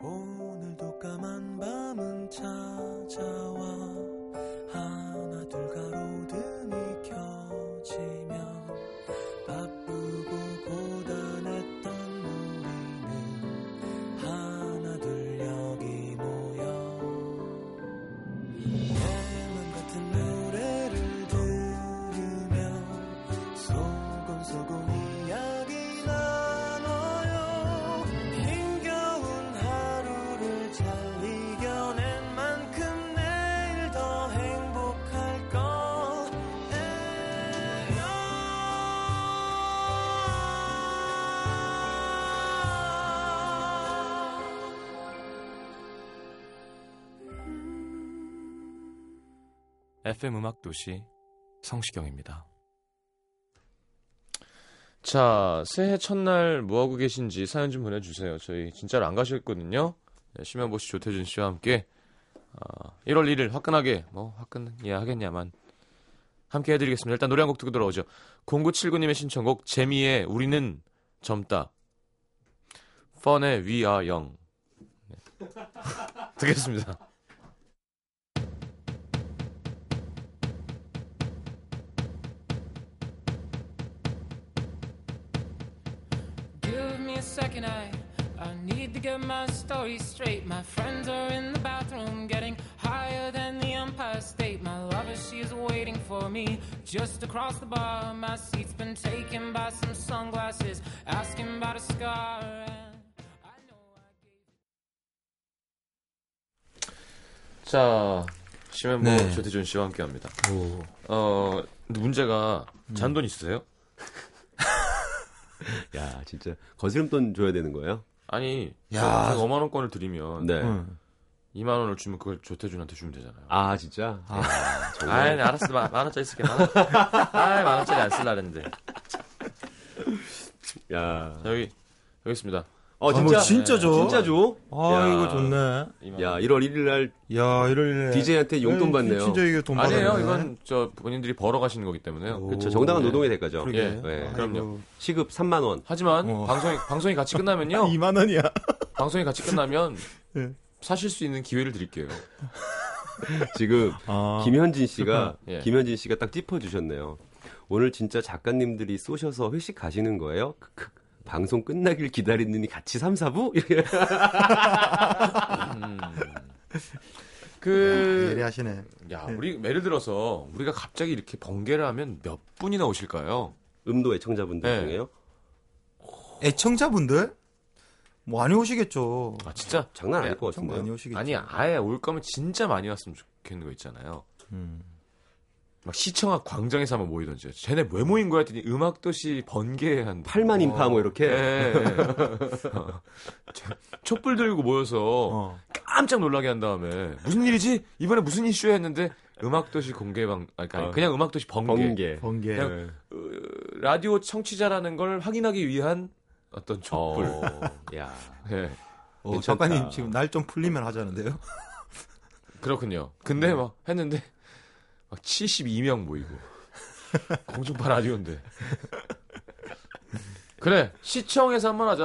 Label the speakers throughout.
Speaker 1: 오늘도 까만 밤은 찾아와 하나 둘 가로등이 켜지면 바쁘고 고단했던 우리는 하나 둘 여기 모여 내맘 같은 노래를 들으며 소곤소곤 이야기 나눠요 힘겨운 하루를 잘 이겨낸 만큼 내일 더 행복할 거예요
Speaker 2: FM 음악 도시 성시경입니다.
Speaker 3: 자, 새해 첫날 뭐하고 계신지 사연 좀 보내주세요. 저희 진짜로 안 가셨거든요. 네, 심현보 씨, 조태준 씨와 함께 아, 1월 1일 화끈하게, 뭐 화끈해야 하겠냐만 함께 해드리겠습니다. 일단 노래 한 곡 듣고 돌아오죠. 0979님의 신청곡 재미의 우리는 젊다. 펀의 We Are Young. 네. 듣겠습니다.
Speaker 4: Give me a second, I I need to get my story straight. My friends are in the bathroom, getting higher than the Empire State. My lover, she is waiting for me just across the bar. My seat's been taken by some sunglasses, asking about a scar. And I know I gave.
Speaker 3: 자, 심현보
Speaker 1: 네.
Speaker 3: 조태준 씨와 함께합니다.
Speaker 1: 오.
Speaker 3: 어, 근데 문제가 잔돈 있으세요?
Speaker 5: 야, 진짜 거스름돈 줘야 되는 거예요?
Speaker 3: 아니,
Speaker 1: 야.
Speaker 3: 야, 5만 원권을 드리면
Speaker 5: 네.
Speaker 1: 음.
Speaker 3: 2만 원을 주면 그걸 조태준한테 주면 되잖아요.
Speaker 5: 아, 진짜?
Speaker 3: 아, 이 알았어. 만, 만 원짜리 쓸게. 만 원. 아, 만 원짜리 안 쓸라 그랬는데.
Speaker 5: 야.
Speaker 3: 자, 여기 여기 있습니다.
Speaker 5: 어,
Speaker 1: 아,
Speaker 5: 진짜?
Speaker 1: 뭐 진짜 줘?
Speaker 5: 진짜 줘?
Speaker 1: 아,
Speaker 5: 야.
Speaker 1: 이거 좋네. 네.
Speaker 3: 2만
Speaker 5: 야,
Speaker 3: 원.
Speaker 5: 1월 1일 날
Speaker 1: 야, 이럴 일.
Speaker 5: DJ한테 용돈 받네요.
Speaker 1: 진짜 이게 돈 받아야
Speaker 3: 아니에요. 이건 저 본인들이 벌어 가시는 거기 때문에요.
Speaker 1: 오. 네.
Speaker 5: 그쵸, 정당한 노동의 대가죠.
Speaker 1: 그러게.
Speaker 3: 예,
Speaker 5: 예,
Speaker 1: 아이고.
Speaker 3: 그럼요.
Speaker 5: 시급 3만 원.
Speaker 3: 하지만
Speaker 1: 어.
Speaker 3: 방송이 방송이 같이 끝나면요.
Speaker 1: 2만 원이야.
Speaker 3: 방송이 같이 끝나면
Speaker 1: 예.
Speaker 3: 사실 수 있는 기회를 드릴게요.
Speaker 5: 지금
Speaker 1: 아,
Speaker 5: 김현진 씨가
Speaker 3: 그렇구나. 예.
Speaker 5: 김현진 씨가 딱 짚어 주셨네요. 오늘 진짜 작가님들이 쏘셔서 회식 가시는 거예요? 크크. 방송 끝나길 기다리느니 같이 3, 4부?
Speaker 3: 음. 그
Speaker 1: 예리하시네.
Speaker 3: 야, 우리 예를 들어서 우리가 갑자기 이렇게 번개를 하면 몇 분이나 오실까요?
Speaker 5: 음도 애청자분들
Speaker 1: 예.
Speaker 3: 네.
Speaker 5: 중에요?
Speaker 1: 애청자분들? 뭐, 안 오시겠죠.
Speaker 3: 아, 진짜
Speaker 5: 장난
Speaker 3: 네,
Speaker 5: 아닐 것
Speaker 1: 엄청
Speaker 5: 같은데요?
Speaker 1: 많이 오시겠죠.
Speaker 3: 아니 아예 올 거면 진짜 많이 왔으면 좋겠는 거 있잖아요.
Speaker 1: 음.
Speaker 3: 막 시청 앞 광장에서 한번 모이던지 쟤네 왜 모인 거야 했더니 음악도시 번개에 한
Speaker 5: 8만 인파
Speaker 1: 어.
Speaker 5: 뭐
Speaker 3: 예,
Speaker 5: 이렇게
Speaker 1: 네.
Speaker 3: 예, 예. 어. 저- 촛불 들고 모여서
Speaker 1: 어.
Speaker 3: 깜짝 놀라게 한 다음에 무슨 일이지 이번에 무슨 이슈야 했는데 음악도시 공개방 아니 아니, 그냥 음악도시 번개,
Speaker 5: 번개.
Speaker 1: 어. 번개.
Speaker 3: 그냥, 으, 라디오 청취자라는 걸 확인하기 위한 어떤 촛불
Speaker 5: 어, 야.
Speaker 3: 예,
Speaker 1: 어,
Speaker 5: 괜찮다.
Speaker 1: 작가님 지금 날 좀 풀리면 하자는데요.
Speaker 3: 그렇군요
Speaker 1: 네.
Speaker 3: 근데 막 했는데 막 72명 모이고 공중파 라디오인데 그래 시청에서 한번 하자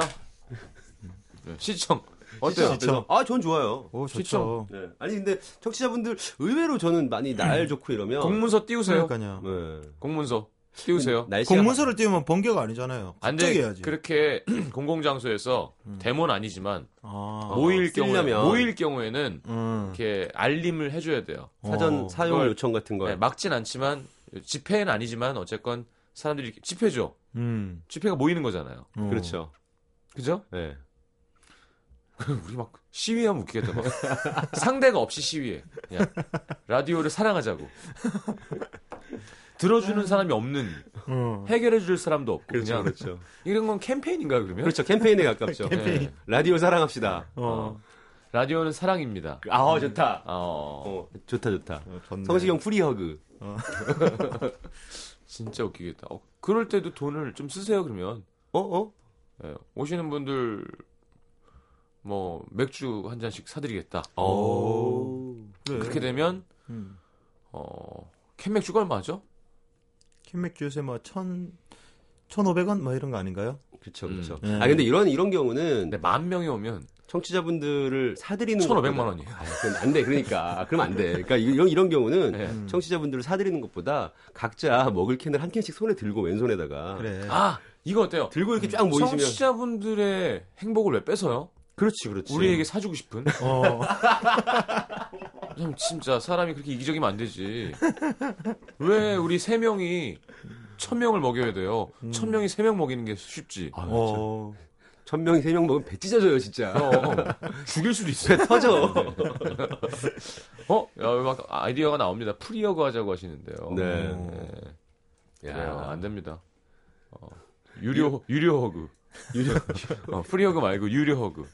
Speaker 3: 네, 시청 어때요?
Speaker 1: 시청.
Speaker 5: 아, 전 좋아요.
Speaker 1: 오,
Speaker 3: 시청.
Speaker 1: 어, 좋죠.
Speaker 5: 네. 아니 근데 청취자분들 의외로 저는 많이 날 좋고 이러면
Speaker 3: 공문서 띄우세요.
Speaker 1: 그러니까요.
Speaker 5: 네.
Speaker 3: 공문서 띄우세요.
Speaker 5: 날씨가
Speaker 1: 공문서를 띄우면 번개가 아니잖아요.
Speaker 3: 안
Speaker 1: 갑자기
Speaker 3: 돼.
Speaker 1: 해야지. 음.
Speaker 3: 그렇게 공공장소에서 데모는 아니지만
Speaker 1: 아,
Speaker 3: 모일 경우에
Speaker 5: 쓰려면.
Speaker 3: 모일 경우에는
Speaker 1: 음.
Speaker 3: 이렇게 알림을 해줘야 돼요.
Speaker 5: 사전
Speaker 1: 어.
Speaker 5: 사용
Speaker 3: 그걸-
Speaker 5: 요청 같은 거
Speaker 3: 네, 막진 않지만 집회는 아니지만 어쨌건 사람들이 이렇게 집회죠.
Speaker 1: 음.
Speaker 3: 집회가 모이는 거잖아요.
Speaker 1: 어.
Speaker 5: 그렇죠.
Speaker 3: 그죠?
Speaker 5: 네.
Speaker 3: 우리 막 시위하면 웃기겠다. 막. 상대가 없이 시위해. 그냥 라디오를 사랑하자고. 들어주는 사람이 없는
Speaker 1: 어.
Speaker 3: 해결해 줄 사람도 없고 그
Speaker 5: 그렇죠.
Speaker 3: 냥
Speaker 5: 그렇죠.
Speaker 3: 이런 건 캠페인인가 요 그러면?
Speaker 5: 그렇죠. 캠페인에 가깝죠.
Speaker 3: 캠페인.
Speaker 5: 네. 라디오 사랑합시다.
Speaker 1: 어.
Speaker 3: 라디오는 사랑입니다.
Speaker 5: 아, 어, 좋다.
Speaker 3: 어,
Speaker 5: 어, 좋다 좋다.
Speaker 1: 어, 좋네.
Speaker 5: 성시경 프리허그.
Speaker 3: 진짜 웃기겠다. 어, 그럴 때도 돈을 좀 쓰세요 그러면
Speaker 5: 어, 어?
Speaker 3: 예, 오시는 분들 뭐 맥주 한 잔씩 사드리겠다.
Speaker 5: 오.
Speaker 1: 그래.
Speaker 3: 그렇게 되면
Speaker 1: 음.
Speaker 3: 어, 캔 맥주가 얼마죠?
Speaker 1: 캔맥주 요새 뭐 천, 1,500원 뭐 이런 거 아닌가요?
Speaker 5: 그렇죠. 그렇죠.
Speaker 1: 음.
Speaker 3: 네.
Speaker 5: 아 근데 이런 이런 경우는
Speaker 3: 근데 만 명이 오면
Speaker 5: 청취자분들을 사드리는
Speaker 3: 1,500만
Speaker 5: 것보다-
Speaker 3: 원이에요.
Speaker 5: 아, 그건 안 돼. 그러니까. 그럼 안 돼. 그러니까 이런, 이런 경우는
Speaker 3: 네.
Speaker 5: 청취자분들을 사드리는 것보다 각자 먹을 캔을 한 캔씩 손에 들고 왼손에다가
Speaker 6: 그래.
Speaker 3: 아 이거 어때요?
Speaker 5: 들고 이렇게 쫙 모이시면
Speaker 3: 청취자분들의 행복을 왜 뺏어요?
Speaker 5: 그렇지, 그렇지.
Speaker 3: 우리에게 사주고 싶은?
Speaker 6: 어.
Speaker 3: 아, 참, 진짜 사람이 그렇게 이기적이면 안 되지. 왜 우리 세 명이 천 명을 먹여야 돼요?
Speaker 5: 음.
Speaker 3: 천 명이 세 명 먹이는 게 쉽지.
Speaker 5: 아, 네.
Speaker 6: 어.
Speaker 5: 천 명이 세 명 먹으면 배 찢어져요, 진짜.
Speaker 3: 그럼 죽일 수도 있어.
Speaker 5: 배 터져.
Speaker 3: 어? 야, 막 아이디어가 나옵니다. 프리어그 하자고 하시는데요.
Speaker 5: 네.
Speaker 3: 음. 그래요.
Speaker 5: 야.
Speaker 3: 안 됩니다. 어, 유료 유료 허그. 유료 어, 프리허그 말고 유료 허그.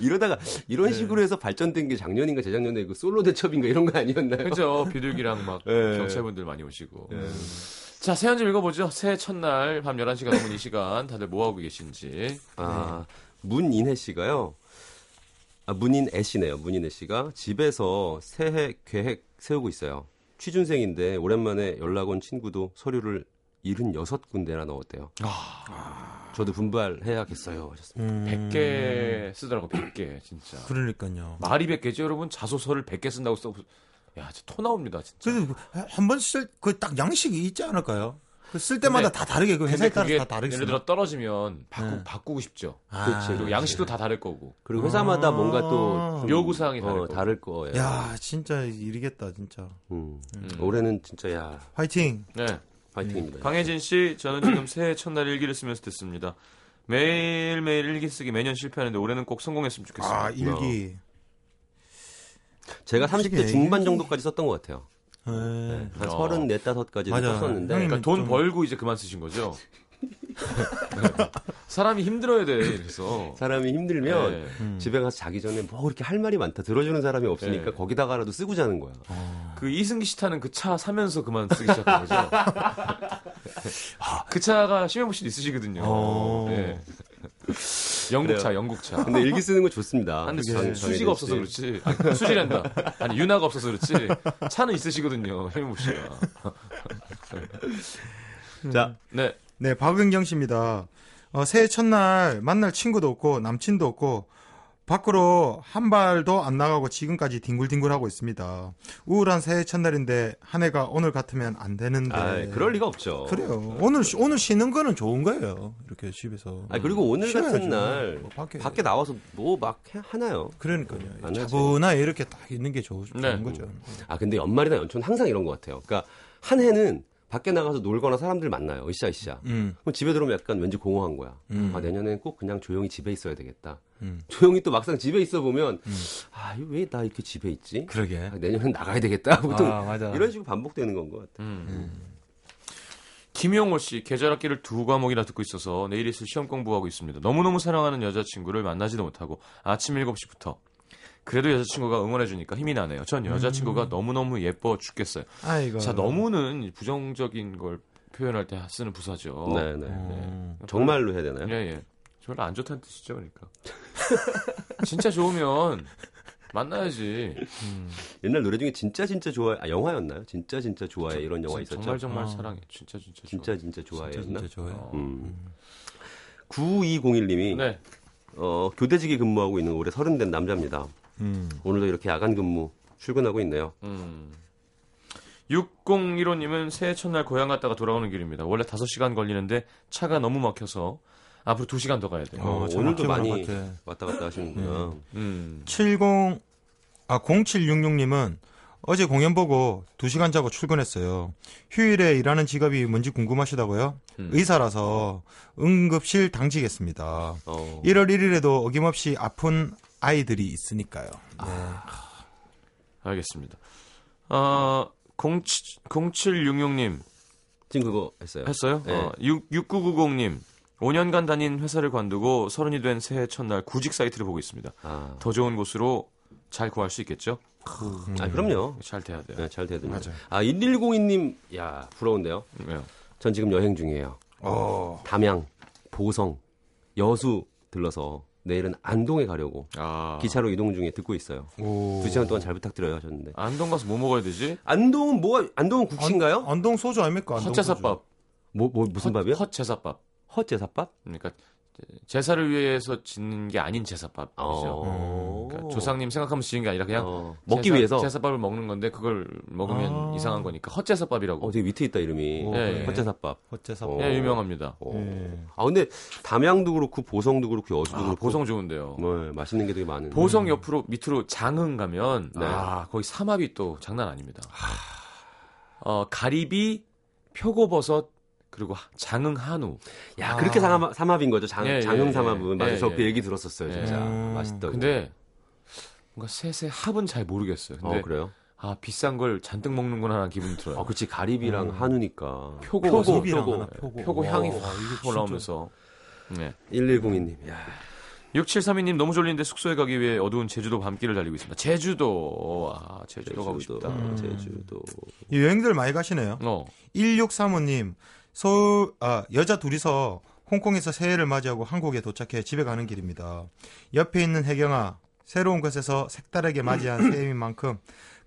Speaker 5: 이러다가 이런
Speaker 3: 네.
Speaker 5: 식으로 해서 발전된 게 작년인가 재작년에 그 솔로 대첩인가 이런 거 아니었나요?
Speaker 3: 그죠? 비둘기랑 막
Speaker 5: 네.
Speaker 3: 경찰분들 많이 오시고. 네. 자, 새해 한좀 읽어보죠. 새해 첫날 밤 11시가 넘은 이 시간 다들 뭐하고 계신지.
Speaker 5: 아,
Speaker 3: 네.
Speaker 5: 문인혜 씨가요. 아, 문인애 씨네요. 문인애 씨가 집에서 새해 계획 세우고 있어요. 취준생인데 오랜만에 연락 온 친구도 서류를 76군데나 넣었대요.
Speaker 3: 아.
Speaker 5: 저도 분발해야겠어요. 하셨습니다.
Speaker 6: 음.
Speaker 3: 100개 쓰더라고, 100개, 진짜.
Speaker 6: 그러니까요.
Speaker 3: 말이 100개죠, 여러분? 자소서를 100개 쓴다고 써. 야, 진짜 토 나옵니다, 진짜.
Speaker 6: 그래도 한 번 쓸 그 딱 양식이 있지 않을까요? 그 쓸 때마다
Speaker 3: 근데-
Speaker 6: 다 다르게 그
Speaker 3: 근데
Speaker 6: 회사에 따라서
Speaker 3: 그게
Speaker 6: 다 다르게
Speaker 3: 예를
Speaker 6: 쓰나?
Speaker 3: 들어 떨어지면 바꾸,
Speaker 6: 네.
Speaker 3: 바꾸고 싶죠.
Speaker 6: 아,
Speaker 5: 그렇지.
Speaker 3: 그리고 양식도 다 다를 거고.
Speaker 5: 그리고 회사마다
Speaker 6: 아.
Speaker 5: 뭔가 또 좀,
Speaker 3: 요구사항이 다를
Speaker 5: 어,
Speaker 3: 거고.
Speaker 5: 다를 거예요.
Speaker 6: 야, 진짜 이르겠다, 진짜.
Speaker 5: 음. 올해는 진짜 야
Speaker 6: 화이팅.
Speaker 3: 네.
Speaker 5: 파이팅입니다.
Speaker 3: 강혜진 씨, 저는 지금 새해 첫날 일기를 쓰면서 듣습니다. 매일매일 일기 쓰기 매년 실패하는데 올해는 꼭 성공했으면 좋겠습니다.
Speaker 6: 아,
Speaker 3: 네.
Speaker 6: 일기.
Speaker 5: 제가 30대
Speaker 6: 솔직히
Speaker 5: 중반
Speaker 6: 얘기해.
Speaker 5: 정도까지 썼던 것 같아요.
Speaker 6: 예.
Speaker 5: 한
Speaker 3: 어.
Speaker 5: 34, 5까지
Speaker 6: 맞아.
Speaker 5: 썼었는데
Speaker 6: 형님.
Speaker 3: 그러니까 돈
Speaker 6: 좀-
Speaker 3: 벌고 이제 그만 쓰신 거죠? 사람이 힘들어야 돼, 그래서.
Speaker 5: 사람이 힘들면
Speaker 3: 네.
Speaker 6: 음.
Speaker 5: 집에 가서 자기 전에 뭐 이렇게 할 말이 많다 들어주는 사람이 없으니까
Speaker 3: 네.
Speaker 5: 거기다가라도 쓰고 자는 거야.
Speaker 3: 그 이승기 씨 타는 그 차 사면서 그만 쓰기 시작한 거죠? 아. 그 차가 심해보 씨도 있으시거든요.
Speaker 6: 어.
Speaker 3: 네. 영국차, 영국차.
Speaker 5: 근데 일기 쓰는 거 좋습니다.
Speaker 3: 근데
Speaker 5: 정-
Speaker 3: 수,
Speaker 5: 정해진
Speaker 3: 수지가 없어서 그렇지. 아니, 수지란다. 아니, 윤아가 없어서 그렇지. 차는 있으시거든요, 혜모 씨가.
Speaker 5: 자,
Speaker 3: 네.
Speaker 6: 네, 박은경 씨입니다. 어, 새해 첫날 만날 친구도 없고 남친도 없고 밖으로 한 발도 안 나가고 지금까지 뒹굴뒹굴하고 있습니다. 우울한 새해 첫날인데 한 해가 오늘 같으면 안 되는데.
Speaker 5: 아, 그럴 리가 없죠.
Speaker 6: 음. 네. 그래요. 오늘 쉬- 오늘 쉬는 거는 좋은 거예요. 이렇게 집에서.
Speaker 5: 아 그리고 오늘
Speaker 6: 쉬어야죠.
Speaker 5: 같은 날
Speaker 6: 뭐
Speaker 5: 밖에,
Speaker 6: 밖에-
Speaker 5: 나와서 뭐 막 하나요?
Speaker 6: 그러니까요.
Speaker 5: 안 하지.
Speaker 6: 차분하게 이렇게 딱 있는 게 좋, 좋은
Speaker 3: 네.
Speaker 6: 거죠.
Speaker 5: 아 근데 연말이나 연초는 항상 이런 것 같아요. 그러니까 한 해는 밖에 나가서 놀거나 사람들 만나요. 으쌰 으쌰.
Speaker 6: 음.
Speaker 5: 그럼 집에 들어오면 약간 왠지 공허한 거야. 아 내년엔 꼭 그냥 조용히 집에 있어야 되겠다.
Speaker 6: 음.
Speaker 5: 조용히 또 막상 집에 있어 보면 아왜 나 이렇게 집에 있지?
Speaker 6: 그러게.
Speaker 5: 아, 내년엔 나가야 되겠다. 보통
Speaker 6: 아,
Speaker 1: 그러니까.
Speaker 6: 맞아.
Speaker 5: 이런 식으로 반복되는 건 것 같아요.
Speaker 3: 음. 김용호 씨, 계절 학기를 두 과목이나 듣고 있어서 내일 있을 시험 공부하고 있습니다. 너무너무 사랑하는 여자친구를 만나지도 못하고 아침 7시부터. 그래도 여자친구가 응원해주니까 힘이 나네요. 전
Speaker 5: 음.
Speaker 3: 여자친구가 너무너무 예뻐 죽겠어요.
Speaker 6: 아이고.
Speaker 5: 네.
Speaker 3: 자, 너무는 부정적인 걸 표현할 때 쓰는 부사죠.
Speaker 5: 네네.
Speaker 6: 어.
Speaker 5: 정말로 해야 되나요?
Speaker 3: 예, 예. 별로 안 좋다는 뜻이죠, 그러니까. 진짜 좋으면 만나야지.
Speaker 5: 옛날 노래 중에 진짜 진짜 좋아 아 영화였나요? 진짜 진짜 좋아해 이런 영화
Speaker 3: 진-
Speaker 5: 있었죠. 어.
Speaker 3: 정말 정말
Speaker 6: 아.
Speaker 3: 사랑해. 진짜 진짜
Speaker 5: 진짜 진짜
Speaker 6: 진짜
Speaker 5: 좋아해였나?
Speaker 6: 진짜 좋아요.
Speaker 3: 좋아. 어.
Speaker 5: 음. 9201님이
Speaker 3: 네.
Speaker 5: 어, 교대직에 근무하고 있는 올해 서른 된 남자입니다.
Speaker 6: 음.
Speaker 5: 오늘도 이렇게 야간 근무 출근하고 있네요.
Speaker 3: 음. 6015님은 새해 첫날 고향 갔다가 돌아오는 길입니다. 원래 5시간 걸리는데 차가 너무 막혀서 앞으로 2시간 더 가야 돼요.
Speaker 6: 어, 참
Speaker 5: 오늘도
Speaker 6: 아쉬운
Speaker 5: 많이
Speaker 6: 것 같아.
Speaker 5: 왔다 갔다 하시는구나.
Speaker 3: 음.
Speaker 6: 70, 아, 0766님은 어제 공연 보고 2시간 자고 출근했어요. 휴일에 일하는 직업이 뭔지 궁금하시다고요?
Speaker 5: 음.
Speaker 6: 의사라서 응급실 당직했습니다.
Speaker 5: 어,
Speaker 6: 1월 1일에도 어김없이 아픈 아이들이 있으니까요.
Speaker 3: 알겠습니다. 어, 07, 0766님
Speaker 5: 지금 그거 했어요.
Speaker 3: 했어요?
Speaker 5: 네.
Speaker 3: 어, 6, 6990님 5년간 다닌 회사를 관두고 서른이 된 새해 첫날 구직 사이트를 보고 있습니다.
Speaker 5: 아,
Speaker 3: 더 좋은 곳으로 잘 구할 수 있겠죠?
Speaker 5: 아, 그럼요.
Speaker 3: 잘 돼야 돼요.
Speaker 5: 네, 잘 돼야 됩니다.
Speaker 6: 맞아요.
Speaker 5: 아, 1102님, 야, 부러운데요?
Speaker 3: 왜요?
Speaker 5: 전 지금 여행 중이에요.
Speaker 6: 어,
Speaker 5: 담양, 보성, 여수 들러서 내일은 안동에 가려고
Speaker 3: 아,
Speaker 5: 기차로 이동 중에 듣고 있어요.
Speaker 6: 오.
Speaker 5: 두 시간 동안 잘 부탁드려요 하셨는데.
Speaker 3: 안동 가서 뭐 먹어야 되지?
Speaker 5: 안동은 뭐가 안동은 국신가요?
Speaker 6: 안동 소주 아닙니까? 안동 소주.
Speaker 3: 아, 헛제사밥.
Speaker 5: 뭐, 뭐 무슨 밥이요?
Speaker 3: 헛, 제사밥
Speaker 5: 헛 제사밥?
Speaker 3: 그러니까 제사를 위해서 짓는 게 아닌 제사밥이죠.
Speaker 5: 어.
Speaker 3: 그러니까 조상님 생각하면서 지은 게 아니라 그냥
Speaker 5: 어, 먹기
Speaker 3: 제사-
Speaker 5: 위해서.
Speaker 3: 제사밥을 먹는 건데 그걸 먹으면
Speaker 6: 아.
Speaker 3: 이상한 거니까 헛제사밥이라고
Speaker 5: 어, 되게 위트 있다 이름이.
Speaker 6: 오,
Speaker 3: 예, 예.
Speaker 5: 헛제사밥.
Speaker 6: 어째서
Speaker 5: 어.
Speaker 3: 예, 유명합니다.
Speaker 5: 어.
Speaker 6: 예.
Speaker 5: 아 근데 담양도 그렇고 보성도 그렇고 여수도
Speaker 3: 아,
Speaker 5: 그렇고
Speaker 3: 보성 좋은데요.
Speaker 5: 네, 맛있는 게 되게 많은데.
Speaker 3: 보성 옆으로 밑으로 장흥 가면
Speaker 5: 음. 네.
Speaker 3: 아 거기 삼합이 또 장난 아닙니다. 어 가리비, 표고버섯 그리고 하- 장흥 한우.
Speaker 5: 야 그렇게
Speaker 6: 아.
Speaker 5: 삼합, 삼합인 거죠. 장,
Speaker 3: 예, 예,
Speaker 5: 장흥
Speaker 3: 예.
Speaker 5: 삼합은 맞아요.
Speaker 3: 예,
Speaker 5: 저 그
Speaker 3: 예.
Speaker 5: 얘기 들었었어요.
Speaker 3: 예.
Speaker 5: 진짜
Speaker 6: 음.
Speaker 5: 맛있다고.
Speaker 3: 근데 뭔가 세세 합은 잘 모르겠어요. 근데
Speaker 5: 어 그래요?
Speaker 3: 아 비싼 걸 잔뜩 먹는구나 하는 기분 들어요. 음.
Speaker 5: 아 그렇지 가리비랑 한우니까.
Speaker 3: 표고
Speaker 6: 표고,
Speaker 3: 표고
Speaker 6: 표고,
Speaker 3: 표고,
Speaker 6: 하나, 표고.
Speaker 3: 표고 향이
Speaker 6: 와,
Speaker 3: 확
Speaker 6: 이게 진짜-
Speaker 3: 올라오면서. 네.
Speaker 5: 1102님. 야.
Speaker 3: 6732님 너무 졸린데 숙소에 가기 위해 어두운 제주도 밤길을 달리고 있습니다. 제주도. 와, 제주도, 가고 싶다.
Speaker 5: 제주도.
Speaker 6: 이 여행들 많이 가시네요.
Speaker 3: 어.
Speaker 6: 1635님, 서울, 아, 여자 둘이서 홍콩에서 새해를 맞이하고 한국에 도착해 집에 가는 길입니다. 옆에 있는 혜경아, 새로운 곳에서 색다르게 맞이한 새해인 만큼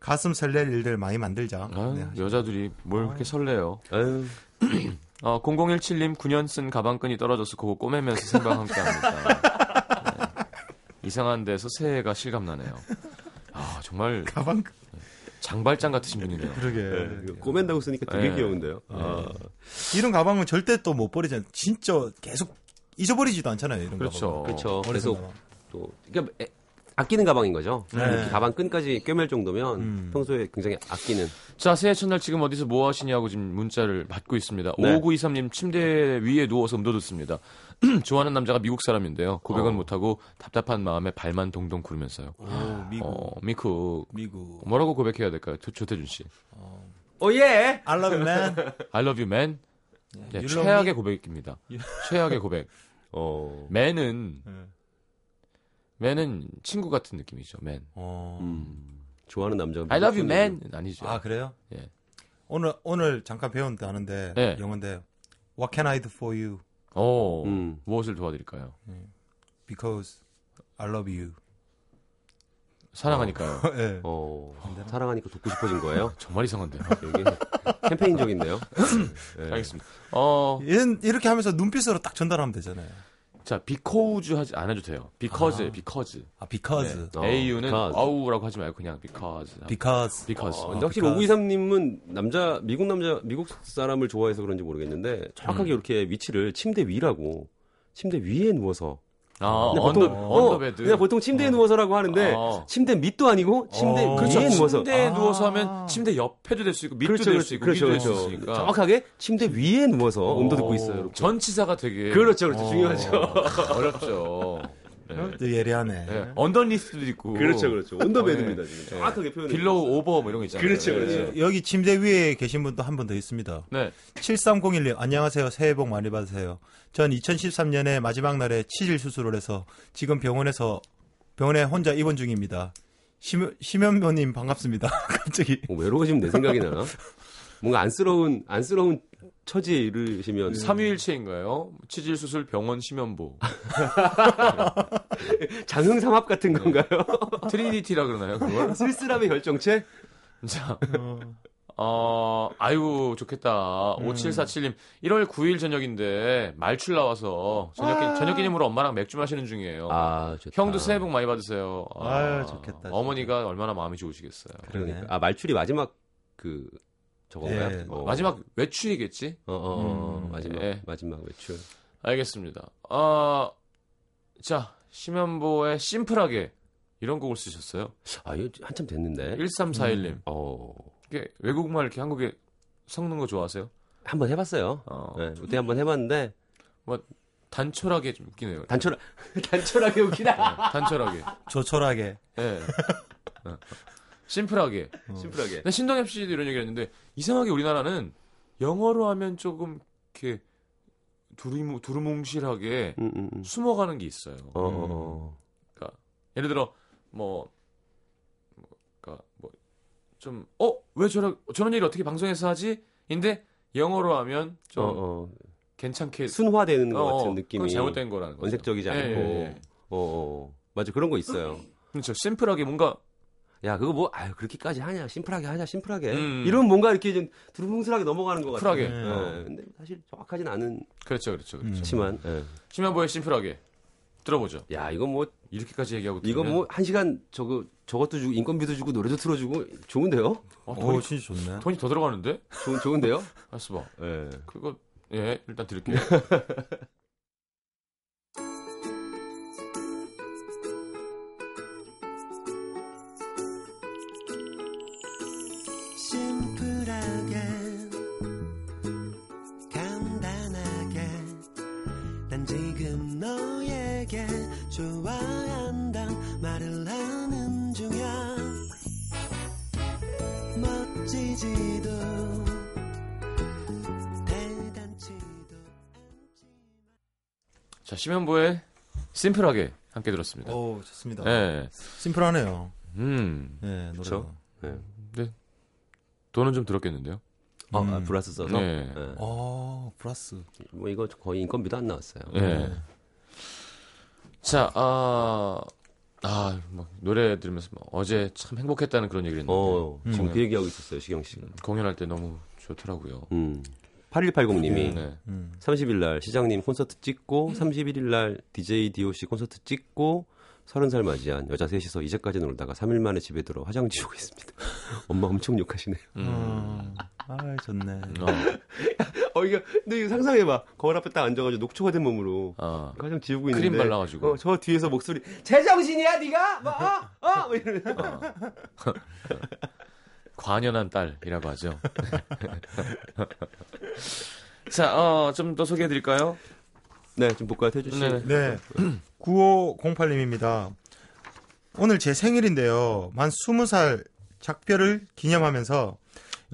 Speaker 6: 가슴 설렐 일들 많이 만들자.
Speaker 3: 아유,
Speaker 6: 네.
Speaker 3: 여자들이 뭘 그렇게 설레요.
Speaker 5: 아유,
Speaker 3: 어, 0017님 9년 쓴 가방끈이 떨어져서 그거 꼬매면서 생방 함께 합니다. 네. 이상한 데서 새해가 실감나네요. 아, 정말
Speaker 6: 가방,
Speaker 3: 장발장 같으신 분이네요.
Speaker 6: 그러게.
Speaker 5: 이거 꼬맨다고 쓰니까 되게
Speaker 3: 예.
Speaker 5: 귀여운데요. 아.
Speaker 6: 이런 가방은 절대 또 못 버리잖아요. 진짜 계속 잊어버리지도 않잖아요. 이런
Speaker 3: 그렇죠.
Speaker 6: 가방은.
Speaker 5: 그렇죠.
Speaker 6: 어디서
Speaker 5: 계속
Speaker 6: 나와?
Speaker 5: 또 그러니까 애- 아끼는 가방인 거죠.
Speaker 6: 네.
Speaker 5: 이렇게 가방 끈까지 꿰맬 정도면
Speaker 6: 음.
Speaker 5: 평소에 굉장히 아끼는.
Speaker 3: 자, 새해 첫날 지금 어디서 뭐 하시냐고 지금 문자를 받고 있습니다.
Speaker 5: 네.
Speaker 3: 5923님 침대 위에 누워서 음도 듣습니다. 좋아하는 남자가 미국 사람인데요. 고백은
Speaker 5: 어.
Speaker 3: 못하고 답답한 마음에 발만 동동 구르면서요.
Speaker 6: 오, 미국,
Speaker 3: 어, 미국.
Speaker 6: 미국.
Speaker 3: 뭐라고 고백해야 될까요? 조- 조태준 씨. 어,
Speaker 5: 오예.
Speaker 6: I love you, man.
Speaker 3: I love you, man. 네,
Speaker 6: You love
Speaker 3: 최악의 고백입니다.
Speaker 6: 예.
Speaker 3: 최악의 고백.
Speaker 5: 어.
Speaker 3: man은,
Speaker 6: 네.
Speaker 3: man은 친구 같은 느낌이죠, man.
Speaker 6: 어.
Speaker 5: 음. 좋아하는 남자.
Speaker 3: I love you, man. 아니죠.
Speaker 6: 아, 그래요?
Speaker 3: 예.
Speaker 6: 오늘, 오늘 잠깐 배운다는데,
Speaker 3: 네.
Speaker 6: 영어인데, What can I do for you?
Speaker 3: 어,
Speaker 5: 음.
Speaker 3: 무엇을 도와드릴까요?
Speaker 6: Because I love you.
Speaker 3: 사랑하니까요.
Speaker 6: 예.
Speaker 5: 어. 사랑하니까 돕고 싶어진 거예요.
Speaker 3: 정말 이상한데요.
Speaker 5: 되게 캠페인적인데요. 네.
Speaker 3: 알겠습니다. 어,
Speaker 6: 얘는 이렇게 하면서 눈빛으로 딱 전달하면 되잖아요.
Speaker 3: 자, because 하지 안 해도 돼요. because, because.
Speaker 6: 아,
Speaker 3: 네.
Speaker 6: because.
Speaker 5: 어,
Speaker 3: au는
Speaker 5: because.
Speaker 3: au라고 하지 말고 그냥 because.
Speaker 6: because.
Speaker 3: because.
Speaker 5: 어,
Speaker 3: 어,
Speaker 5: 근데 확실히
Speaker 6: 그러니까-
Speaker 5: 5923님은 남자 미국 남자 미국 사람을 좋아해서 그런지 모르겠는데 정확하게
Speaker 3: 음.
Speaker 5: 이렇게 위치를 침대 위라고 침대 위에 누워서
Speaker 3: 아,
Speaker 5: 그냥
Speaker 3: 언더,
Speaker 5: 어,
Speaker 3: 언더베드.
Speaker 5: 그냥 보통 침대에 누워서라고 하는데
Speaker 3: 어.
Speaker 5: 침대 밑도 아니고 침대
Speaker 6: 어.
Speaker 5: 위에
Speaker 3: 그렇죠.
Speaker 5: 누워서
Speaker 3: 침대에
Speaker 6: 아.
Speaker 3: 누워서 하면 침대 옆에도 될 수 있고 밑도 될 수 있고
Speaker 5: 그렇죠,
Speaker 3: 위도 될
Speaker 5: 그렇죠.
Speaker 3: 수 있으니까.
Speaker 5: 정확하게 침대 위에 누워서 음도 듣고 있어요. 이렇게.
Speaker 3: 전치사가 되게 어.
Speaker 5: 그렇죠, 그렇죠. 중요하죠.
Speaker 3: 어렵죠. 네.
Speaker 6: 또 예리하네.
Speaker 3: 네. 언더니스도 있고.
Speaker 5: 그렇죠.
Speaker 3: 언더베드입니다,
Speaker 5: 지금.
Speaker 3: 정확하게
Speaker 5: 표현.
Speaker 3: 어, 예. 빌로우 오버 뭐 이런 거 있잖아요.
Speaker 5: 그렇죠, 그렇죠.
Speaker 3: 네.
Speaker 6: 예. 여기 침대 위에 계신 분도 한 분 더 있습니다.
Speaker 3: 네.
Speaker 6: 7301님, 안녕하세요. 새해 복 많이 받으세요. 전 2013년에 마지막 날에 치질 수술을 해서 지금 병원에서, 병원에 혼자 입원 중입니다. 심, 심현모님 반갑습니다. 갑자기.
Speaker 5: 뭐 외로워지면 내 생각이 나. 뭔가 안쓰러운 안쓰러운
Speaker 3: 음.
Speaker 5: 처지에 이르시면
Speaker 3: 삼위일체인가요? 치질 수술 병원 심연보.
Speaker 5: 장흥 삼합 같은
Speaker 3: 음.
Speaker 5: 건가요?
Speaker 3: 트리니티라 그러나요? 그걸?
Speaker 5: 쓸쓸함의 결정체?
Speaker 3: 자. 어, 아유, 좋겠다.
Speaker 6: 음.
Speaker 3: 5747님, 1월 9일 저녁인데, 말출 나와서, 저녁기, 저녁기념으로 엄마랑 맥주 마시는 중이에요.
Speaker 5: 아, 좋다.
Speaker 3: 형도 새해 복 많이 받으세요.
Speaker 6: 아유, 좋겠다, 진짜.
Speaker 3: 어머니가 얼마나 마음이 좋으시겠어요.
Speaker 5: 그러니까. 아, 말출이 마지막 그 저건가요?
Speaker 6: 예,
Speaker 5: 어.
Speaker 3: 마지막 외출이겠지?
Speaker 5: 어, 어, 어,
Speaker 6: 음,
Speaker 5: 마지막
Speaker 3: 예.
Speaker 5: 마지막 외출.
Speaker 3: 알겠습니다. 아, 자, 심현보의 심플하게 이런 곡을 쓰셨어요.
Speaker 5: 아, 이거 한참
Speaker 6: 네?
Speaker 5: 됐는데.
Speaker 3: 1341님.
Speaker 6: 음.
Speaker 5: 어.
Speaker 3: 이게 외국말 이렇게 한국에 섞는 거 좋아하세요?
Speaker 5: 한번 해 봤어요.
Speaker 3: 어,
Speaker 6: 네.
Speaker 5: 예, 그때 한번 해 봤는데
Speaker 3: 단촐하게 좀 웃기네요.
Speaker 5: 단촐 단촐하게 웃기다.
Speaker 3: 단촐하게.
Speaker 6: 조촐하게.
Speaker 3: 예. 어. 심플하게.
Speaker 5: 심플하게.
Speaker 3: 근데 신동엽 씨도 이런 얘기를 했는데 이상하게 우리나라는 영어로 하면 조금 이렇게 두루뭉, 두루뭉실하게
Speaker 5: 음, 음, 음.
Speaker 3: 숨어가는 게 있어요.
Speaker 5: 어, 어, 어.
Speaker 3: 그러니까 예를 들어 뭐 그러니까 뭐좀어왜 저런 저런 일 어떻게 방송에서 하지? 인데 영어로 하면 좀
Speaker 5: 어, 어.
Speaker 3: 괜찮게
Speaker 5: 순화되는 것
Speaker 3: 어,
Speaker 5: 같은
Speaker 3: 어,
Speaker 5: 느낌이
Speaker 3: 그건 잘못된 거라는 거죠.
Speaker 5: 원색적이지
Speaker 3: 예,
Speaker 5: 않고.
Speaker 3: 예, 예.
Speaker 5: 어, 어. 맞아. 그런 거 있어요.
Speaker 3: 그렇죠. 심플하게 뭔가
Speaker 5: 야 그거 뭐 아유 그렇게까지 하냐 심플하게 하냐 심플하게
Speaker 3: 음.
Speaker 5: 이러면 뭔가 이렇게 좀 두루뭉술하게 넘어가는 것 같아요.
Speaker 3: 쿨하게.
Speaker 5: 예,
Speaker 6: 네.
Speaker 5: 근데 사실 정확하진 않은
Speaker 3: 그렇죠, 그렇죠, 그렇죠.
Speaker 5: 그렇지만 예.
Speaker 3: 심연보의 심플하게 들어보죠.
Speaker 5: 야 이거 뭐
Speaker 3: 이렇게까지 얘기하고
Speaker 5: 이거
Speaker 3: 들으면
Speaker 5: 뭐 한 시간 저거 저것도 주고 인건비도 주고 노래도 틀어주고 좋은데요?
Speaker 3: 어,
Speaker 6: 오,
Speaker 3: 돈이,
Speaker 6: 진짜 좋네.
Speaker 3: 돈이 더 들어가는데?
Speaker 5: 좋은 좋은데요?
Speaker 3: 알았어 봐.
Speaker 5: 예.
Speaker 3: 그거 예 일단 드릴게요.
Speaker 1: 심플하게 간단하게 난 지금 너에게 좋아한다 말을 하는 중이야 멋지지도 대단치도
Speaker 3: 자 심연보의 심플하게 함께
Speaker 5: 어.
Speaker 3: 들었습니다.
Speaker 6: 오, 좋습니다.
Speaker 3: 어. 예,
Speaker 6: 심플하네요.
Speaker 3: 음
Speaker 6: 예, 노래.
Speaker 3: 그쵸? 돈은 좀 들었겠는데요.
Speaker 5: 어,
Speaker 6: 음.
Speaker 5: 아, 브라스 써서
Speaker 3: 네.
Speaker 5: 예.
Speaker 6: 어, 플러스.
Speaker 5: 뭐 이거 거의 인건비도 안 나왔어요.
Speaker 3: 예. 자, 아, 아, 막 노래 들으면서 막 어제 참 행복했다는 그런 얘기를 했는데 음,
Speaker 5: 어
Speaker 6: 음.
Speaker 5: 지금 그 얘기하고 있었어요 시경 씨가.
Speaker 3: 공연할 때 너무 좋더라고요.
Speaker 5: 음. 8180님이
Speaker 3: 네.
Speaker 6: 음.
Speaker 5: 30일 날 시장님 콘서트 찍고 31일 날 DJ DOC 콘서트 찍고 30살 맞이한 여자 셋이서 이제까지 놀다가 3일 만에 집에 들어 화장 지우고 있습니다. 엄마 엄청 욕하시네요.
Speaker 3: 음.
Speaker 6: 아, 좋네.
Speaker 3: 어,
Speaker 5: 어 이거 근데 이거 상상해봐 거울 앞에 딱 앉아가지고 녹초가 된 몸으로
Speaker 3: 아,
Speaker 5: 화장 지우고 있는데
Speaker 3: 크림 발라가지고.
Speaker 5: 어, 저 뒤에서 목소리 제정신이야 네가 뭐어어뭐 이러면서
Speaker 3: 관연한 딸이라고 하죠. 자, 어, 좀 더 소개해드릴까요?
Speaker 5: 네좀 볼까요 태주 씨.
Speaker 3: 네.
Speaker 6: 네. 9508님입니다. 오늘 제 생일인데요. 만 20살 작별을 기념하면서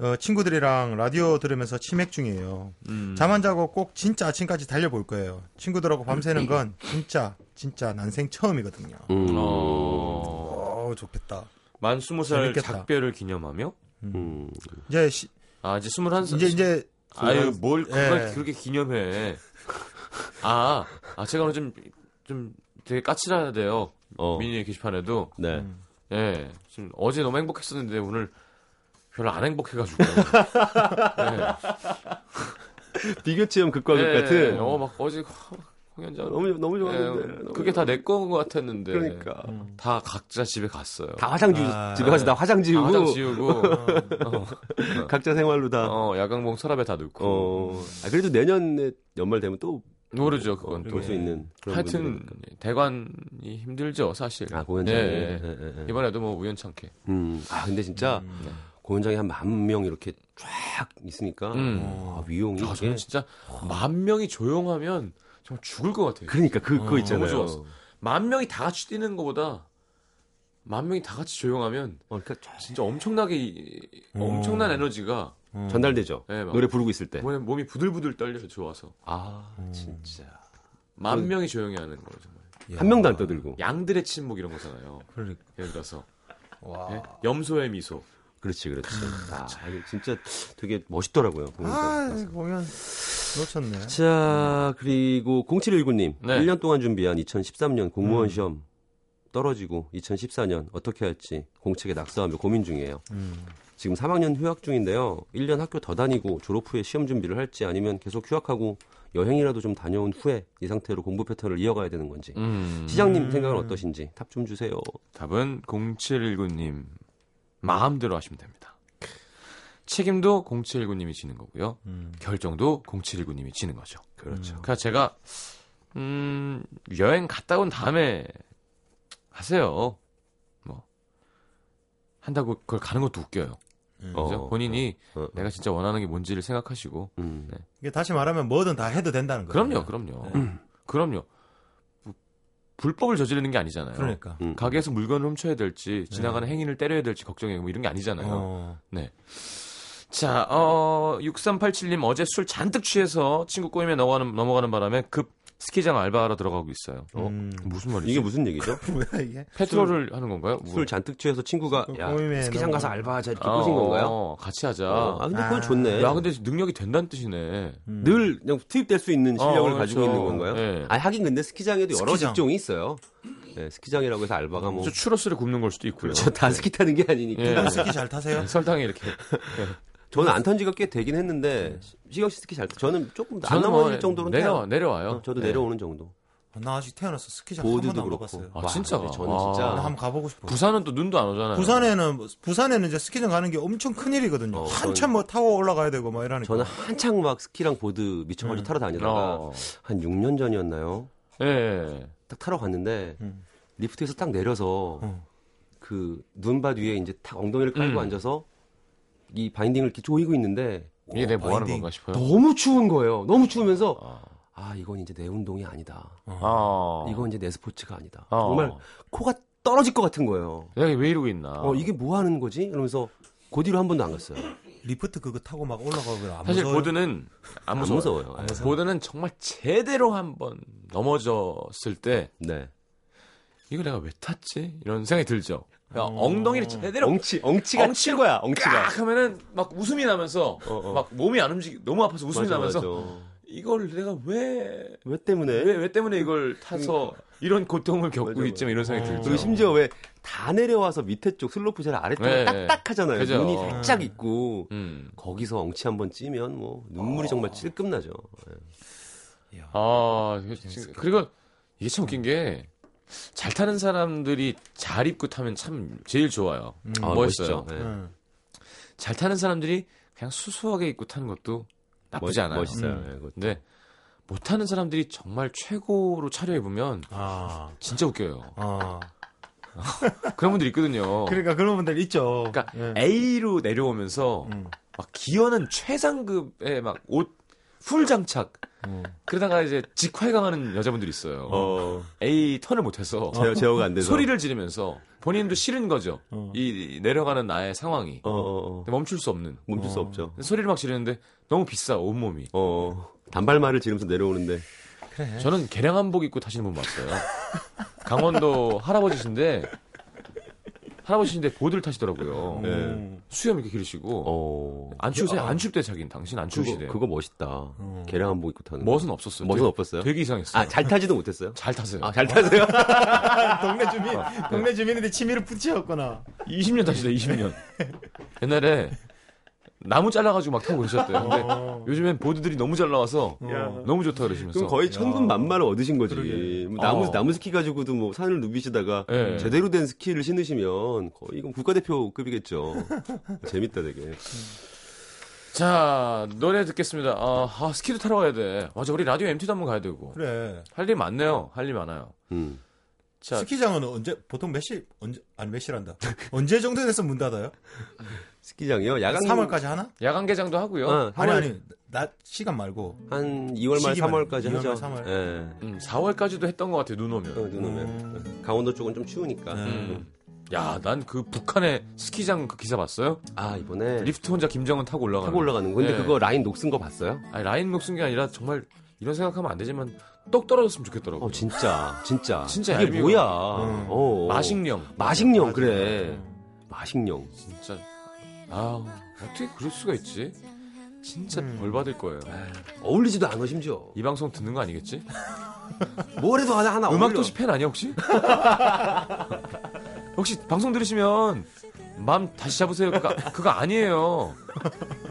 Speaker 6: 어, 친구들이랑 라디오 들으면서 치맥 중이에요.
Speaker 3: 음.
Speaker 6: 잠 안 자고 꼭 진짜 아침까지 달려볼 거예요. 친구들하고 밤새는 건 진짜 진짜 난생 처음이거든요.
Speaker 5: 음,
Speaker 3: 어,
Speaker 6: 어, 좋겠다.
Speaker 3: 만 20살
Speaker 6: 재밌겠다.
Speaker 3: 작별을 기념하며?
Speaker 5: 음.
Speaker 6: 이제 시-
Speaker 3: 아, 이제 21살.
Speaker 6: 이제 이제
Speaker 3: 아유, 뭘 그걸
Speaker 6: 예.
Speaker 3: 그렇게 기념해. 아, 아, 제가 오늘 좀, 좀 되게 까칠하대요.
Speaker 5: 어.
Speaker 3: 미니 게시판에도.
Speaker 5: 네.
Speaker 3: 예. 지금 어제 너무 행복했었는데 오늘 별로 안 행복해가지고. 예.
Speaker 5: 비교체험 극과 극
Speaker 3: 예,
Speaker 5: 같은
Speaker 3: 어, 막 어제 공연장.
Speaker 5: 너무 너무
Speaker 3: 예,
Speaker 5: 좋았는데 너무
Speaker 3: 그게 다 내 거인 것 같았는데. 음.
Speaker 5: 그러니까
Speaker 3: 다 각자 집에 갔어요.
Speaker 5: 다 화장 지우
Speaker 6: 아.
Speaker 5: 집에 가서 다 화장 지우고
Speaker 3: 다 화장 지우고.
Speaker 5: 각자 생활로 다 어.
Speaker 3: 어, 야광봉 서랍에 다 넣고.
Speaker 5: 아, 그래도 내년에 연말 되면
Speaker 3: 모르죠,
Speaker 5: 또
Speaker 3: 그건
Speaker 5: 볼
Speaker 3: 또.
Speaker 5: 수 있는 그런
Speaker 3: 하여튼
Speaker 5: 분들이니까.
Speaker 3: 대관이 힘들죠 사실.
Speaker 5: 아 네. 공연장
Speaker 3: 예,
Speaker 5: 에
Speaker 3: 예. 이번에도 뭐 우연찮게.
Speaker 5: 음. 아 근데 진짜
Speaker 3: 네.
Speaker 5: 공연장에 한 만 명 이렇게 쫙 있으니까
Speaker 3: 음.
Speaker 5: 아, 위용이
Speaker 3: 아,
Speaker 5: 이게
Speaker 3: 저는 진짜 만 명이 조용하면 정말 죽을 것 같아요.
Speaker 5: 그러니까 그, 그거 있잖아요.
Speaker 3: 너무 좋았어. 만 명이 다 같이 뛰는 것보다 만 명이 다 같이 조용하면
Speaker 5: 어, 그러니까 쫙
Speaker 3: 진짜 엄청나게 이- 엄청난 에너지가
Speaker 6: 어,
Speaker 5: 전달되죠.
Speaker 3: 예, 막-
Speaker 5: 음. 노래 부르고 있을 때.
Speaker 3: 몸에, 몸이 부들부들 떨려서 좋아서
Speaker 5: 아그 진짜
Speaker 3: 만 명이 조용히 하는 거예요 정말.
Speaker 5: 한 명도 안 떠들고.
Speaker 3: 양들의 침묵 이런 거잖아요.
Speaker 6: 그러니까.
Speaker 3: 예를 들어서
Speaker 6: 와.
Speaker 3: 예? 염소의 미소.
Speaker 5: 그렇지 그렇지. 아 이게 진짜 되게 멋있더라고요. 공연장.
Speaker 6: 아, 공연 놓쳤네.
Speaker 5: 자, 그리고 0719님.
Speaker 3: 네. 음.
Speaker 5: 1년 동안 준비한 2013년 공무원 시험 떨어지고 2014년 어떻게 할지 공책에 낙서하며 고민 중이에요.
Speaker 6: 음.
Speaker 5: 지금 3학년 휴학 중인데요. 1년 학교 더 다니고 졸업 후에 시험 준비를 할지 아니면 계속 휴학하고 여행이라도 좀 다녀온 후에 이 상태로 공부 패턴을 이어가야 되는 건지.
Speaker 3: 음.
Speaker 5: 시장님 생각은 어떠신지 답 좀 주세요.
Speaker 3: 답은 0719님 마음대로 하시면 됩니다. 책임도 0719님이 지는 거고요.
Speaker 6: 음.
Speaker 3: 결정도 0719님이 지는 거죠.
Speaker 5: 그렇죠.
Speaker 3: 그러니까 제가 음, 여행 갔다 온 다음에 하세요. 뭐 한다고 그걸 가는 것도 웃겨요. 그죠?
Speaker 5: 어,
Speaker 3: 본인이
Speaker 5: 어, 어.
Speaker 3: 내가 진짜 원하는 게 뭔지를 생각하시고
Speaker 5: 음.
Speaker 3: 네.
Speaker 6: 이게 다시 말하면 뭐든 다 해도 된다는 거예요.
Speaker 3: 그럼요, 그럼요, 그럼요. 부- 불법을 저지르는 게 아니잖아요.
Speaker 6: 그러니까.
Speaker 5: 음.
Speaker 3: 가게에서 물건을 훔쳐야 될지 지나가는 행인을 때려야 될지 걱정이 뭐 이런 게 아니잖아요.
Speaker 6: 네. 어.
Speaker 3: 자, 어, 6387님 어제 술 잔뜩 취해서 친구 꼬임에 넘어가는, 넘어가는 바람에 급 스키장 알바하러 들어가고 있어요.
Speaker 5: 어?
Speaker 6: 음.
Speaker 3: 무슨 말이지?
Speaker 5: 이게 무슨 얘기죠?
Speaker 6: 뭐야 이게?
Speaker 3: 페트롤을 하는 건가요? 뭐.
Speaker 5: 술 잔뜩 취해서 친구가
Speaker 6: 그
Speaker 5: 야,
Speaker 6: 꼬임에
Speaker 5: 스키장
Speaker 6: 너무-
Speaker 5: 가서 알바하자 이렇게
Speaker 3: 아,
Speaker 5: 꼬신 건가요?
Speaker 3: 어, 같이 하자.
Speaker 5: 아, 근데 그건
Speaker 6: 아.
Speaker 5: 좋네.
Speaker 3: 야, 근데 능력이 된다는 뜻이네.
Speaker 6: 음.
Speaker 5: 늘 그냥 투입될 수 있는 실력을
Speaker 3: 어,
Speaker 5: 가지고
Speaker 3: 그렇죠.
Speaker 5: 있는 건가요?
Speaker 3: 예.
Speaker 5: 아 하긴 근데 스키장에도 여러
Speaker 6: 스키장.
Speaker 5: 직종이 있어요. 예, 스키장이라고 해서 알바가 뭐
Speaker 3: 저 추러스를 굽는 걸 수도 있고요.
Speaker 5: 그렇죠. 다 스키 타는 게 아니니까.
Speaker 3: 예.
Speaker 6: 스키 잘 타세요?
Speaker 3: 설탕에 이렇게.
Speaker 5: 저는 안 탄 지가 꽤 되긴 했는데 시- 시경 씨 스키 잘 타. 저는 조금 안
Speaker 3: 저는 뭐
Speaker 5: 넘어질 정도로
Speaker 3: 내려
Speaker 5: 타요.
Speaker 3: 내려와요.
Speaker 5: 어, 저도
Speaker 3: 네.
Speaker 5: 내려오는 정도.
Speaker 6: 나 아직 태어나서 스키장 한 번도
Speaker 5: 보드도
Speaker 6: 안
Speaker 5: 그렇고. 아.
Speaker 6: 가봤어요.
Speaker 3: 아,
Speaker 5: 와,
Speaker 3: 진짜가?
Speaker 5: 근데 저는
Speaker 3: 와.
Speaker 5: 진짜
Speaker 6: 나 한번 가보고 싶어요.
Speaker 3: 부산은 또 눈도 안 오잖아요.
Speaker 6: 부산에는 부산에는 이제 스키장 가는 게 엄청 큰 일이거든요.
Speaker 5: 어,
Speaker 6: 한참 뭐 타고 올라가야 되고 막 이러니까.
Speaker 5: 저는 한창 막 스키랑 보드
Speaker 6: 음.
Speaker 5: 미쳐가지고 타러 다니다가
Speaker 3: 어.
Speaker 5: 한 6년 전이었나요?
Speaker 3: 예.
Speaker 5: 딱 타러 갔는데
Speaker 6: 음.
Speaker 5: 리프트에서 딱 내려서
Speaker 6: 어.
Speaker 5: 그 눈밭 위에 이제 탁 엉덩이를 깔고
Speaker 3: 음.
Speaker 5: 앉아서 이 바인딩을 이렇게 조이고 있는데
Speaker 3: 이게 내 뭐 하는
Speaker 6: 바인딩.
Speaker 3: 건가 싶어요.
Speaker 5: 너무 추운 거예요. 너무 추우면서
Speaker 3: 아.
Speaker 5: 아 이건 이제 내 운동이 아니다.
Speaker 3: 아.
Speaker 5: 이건 이제 내 스포츠가 아니다.
Speaker 3: 어.
Speaker 5: 정말 코가 떨어질 것 같은 거예요.
Speaker 3: 내가 왜 이러고 있나.
Speaker 5: 어 이게 뭐 하는 거지? 이러면서 그 뒤로 한 번도 안 갔어요.
Speaker 6: 리프트 그거 타고 막 올라가고 안
Speaker 3: 사실
Speaker 6: 무서워요?
Speaker 3: 보드는 안
Speaker 5: 안
Speaker 3: 무서워요.
Speaker 5: 무서워요. 예.
Speaker 3: 보드는 정말 제대로 한번 넘어졌을 때
Speaker 5: 네.
Speaker 3: 이거 내가 왜 탔지? 이런 생각이 들죠. 야, 엉덩이를 제대로
Speaker 5: 음. 엉치 엉치가
Speaker 3: 엉치를
Speaker 5: 친 거야. 엉치가.
Speaker 3: 깍 하면은 막 웃음이 나면서
Speaker 5: 어.
Speaker 3: 막 몸이 안 움직이 너무 아파서 웃음이
Speaker 5: 맞아,
Speaker 3: 나면서
Speaker 5: 맞아.
Speaker 3: 이걸 내가 왜
Speaker 5: 왜 때문에?
Speaker 3: 왜, 왜 때문에 이걸 타서 이런 고통을 겪고
Speaker 5: 그러니까. 맞아,
Speaker 3: 있지? 이런 생각이 들죠.
Speaker 5: 그리고 심지어 왜 다 내려와서 밑에 쪽 슬로프 젤 아래쪽이
Speaker 3: 네.
Speaker 5: 딱딱하잖아요.
Speaker 3: 그죠. 어.
Speaker 5: 눈이 살짝 있고
Speaker 3: 음.
Speaker 5: 거기서 엉치 한 번 찌면 뭐
Speaker 3: 어.
Speaker 5: 눈물이 정말 찔끔나죠.
Speaker 3: 음,
Speaker 5: 예.
Speaker 3: 아,
Speaker 6: 네,
Speaker 3: 이거 지금- 그리고 이게 참 웃긴 게 잘 타는 사람들이 잘 입고 타면 참 제일 좋아요.
Speaker 6: 음.
Speaker 5: 아,
Speaker 3: 멋있어요. 네.
Speaker 5: 멋있죠. 예.
Speaker 6: 응.
Speaker 3: 잘 타는 사람들이 그냥 수수하게 입고 타는 것도 나쁘지
Speaker 5: 멋-
Speaker 3: 않아요.
Speaker 5: 멋있어요.
Speaker 6: 음.
Speaker 5: 예, 그것도.
Speaker 3: 근데 못 타는 사람들이 정말 최고로 차려입으면
Speaker 6: 아,
Speaker 3: 진짜 웃겨요.
Speaker 6: 아.
Speaker 3: 그런 분들 있거든요.
Speaker 6: 그러니까 그런 분들 있죠.
Speaker 3: 그러니까
Speaker 6: 예.
Speaker 3: A로 내려오면서
Speaker 6: 음.
Speaker 3: 막 기어는 최상급의 막 옷 풀장착
Speaker 6: 음.
Speaker 3: 그러다가 이제 직활강하는 여자분들 있어요.
Speaker 5: 어,
Speaker 3: A 턴을 못해서
Speaker 5: 제어, 제어가 안 돼서
Speaker 3: 소리를 지르면서 본인도 싫은 거죠.
Speaker 6: 어.
Speaker 3: 이 나내려가는 나의 상황이
Speaker 5: 어, 어, 어.
Speaker 3: 근데 멈출 수 없는
Speaker 5: 멈출 수 없죠.
Speaker 3: 소리를 막 지르는데 너무 비싸 온몸이.
Speaker 5: 어, 단발말을 지르면서 내려오는데 네.
Speaker 3: 저는 개량 한복 입고 타시는 분 봤어요. 강원도 할아버지신데 할아버지신데 보드를 타시더라고요.
Speaker 5: 네.
Speaker 6: 음.
Speaker 3: 수염 이렇게 기르시고
Speaker 5: 어,
Speaker 3: 안 추우세요? 안 춥대 자기는 당신 안
Speaker 5: 그거,
Speaker 3: 추우시대.
Speaker 5: 그거 멋있다. 계량 한복 입고 타는. 거.
Speaker 3: 멋은 없었어요.
Speaker 5: 멋은
Speaker 3: 되게-
Speaker 5: 없었어요?
Speaker 3: 되게 이상했어요.
Speaker 5: 아, 잘 타지도 못했어요.
Speaker 3: 잘 타세요.
Speaker 5: 아, 잘 타세요.
Speaker 6: 동네 주민, 동네 주민인데 취미를 붙이셨구나.
Speaker 3: 20년 다시다 20년. 옛날에 나무 잘라가지고 막 타고 계셨대요. 근데
Speaker 6: 어.
Speaker 3: 요즘엔 보드들이 너무 잘 나와서 너무 좋다 그러시면서.
Speaker 5: 그럼 거의 천군 만마를 얻으신 거지.
Speaker 6: 그러게.
Speaker 5: 뭐 나무
Speaker 3: 어.
Speaker 5: 나무 스키 가지고도 뭐 산을 누비시다가
Speaker 3: 예.
Speaker 5: 제대로 된 스키를 신으시면 거의 이건 국가대표급이겠죠. 재밌다 되게.
Speaker 3: 자 노래 듣겠습니다. 아, 아, 스키도 타러 가야 돼. 맞아 우리 라디오 MT도 한번 가야 되고.
Speaker 6: 그래.
Speaker 3: 할 일 많네요. 할 일 많아요.
Speaker 5: 음.
Speaker 3: 자
Speaker 6: 스키장은 언제 보통 몇 시? 언제 아니 몇 시란다. 언제 정도 돼서 문 닫아요?
Speaker 5: 스키장이요. 야간
Speaker 6: 3월까지 하나?
Speaker 3: 야간 개장도 하고요.
Speaker 5: 어,
Speaker 6: 아니
Speaker 5: 3월-
Speaker 6: 아니 낮 시간 말고.
Speaker 5: 한 2월 말
Speaker 6: 시기만.
Speaker 5: 3월까지
Speaker 6: 2월 말
Speaker 5: 하죠.
Speaker 6: 3월.
Speaker 5: 예.
Speaker 3: 음, 4월까지도 했던 것 같아요. 눈 오면.
Speaker 5: 어, 눈 오면.
Speaker 6: 음.
Speaker 5: 강원도 쪽은 좀 추우니까.
Speaker 6: 네.
Speaker 3: 음. 야난 그 북한의 스키장 그 기사 봤어요?
Speaker 5: 아 이번에
Speaker 3: 리프트 혼자 김정은 타고 올라가는.
Speaker 5: 타고 올라가는 거. 근데
Speaker 3: 예.
Speaker 5: 그거 라인 녹슨 거 봤어요?
Speaker 3: 아니, 라인 녹슨 게 아니라 정말 이런 생각하면 안 되지만 똑 떨어졌으면 좋겠더라고요.
Speaker 5: 어 진짜 진짜.
Speaker 3: 진짜
Speaker 5: 이게
Speaker 3: 얄미워.
Speaker 5: 뭐야?
Speaker 6: 음.
Speaker 5: 어.
Speaker 3: 마식령.
Speaker 5: 마식령
Speaker 6: 맞아.
Speaker 5: 그래. 마식령.
Speaker 3: 진짜 아 어떻게 그럴 수가 있지? 진짜
Speaker 5: 음.
Speaker 3: 벌 받을 거예요.
Speaker 5: 어울리지도 않아 심지어.
Speaker 3: 이 방송 듣는 거 아니겠지?
Speaker 5: 뭐래도 하나 하나 어울려.
Speaker 3: 음악도시 팬 아니야 혹시? 혹시 방송 들으시면 마음 다시 잡으세요. 그거, 그거 아니에요.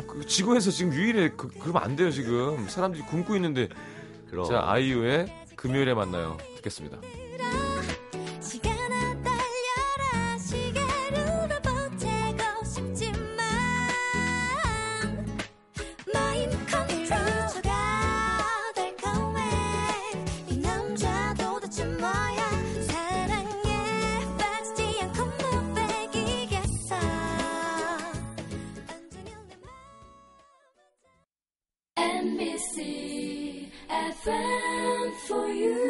Speaker 3: 그 지구에서 지금 유일해 그, 그러면 안 돼요 지금 사람들이 굶고 있는데
Speaker 5: 그럼.
Speaker 3: 자 아이유의 금요일에 만나요 듣겠습니다.
Speaker 7: 시간아 달려라 시계로도 보채고 싶지만 마임 컨트롤 미쳐가 달콤해 이 남자 도대체 뭐야 사랑에 빠지지 않고 못 빼기겠어 언제면 내 맘. MBC FM for you.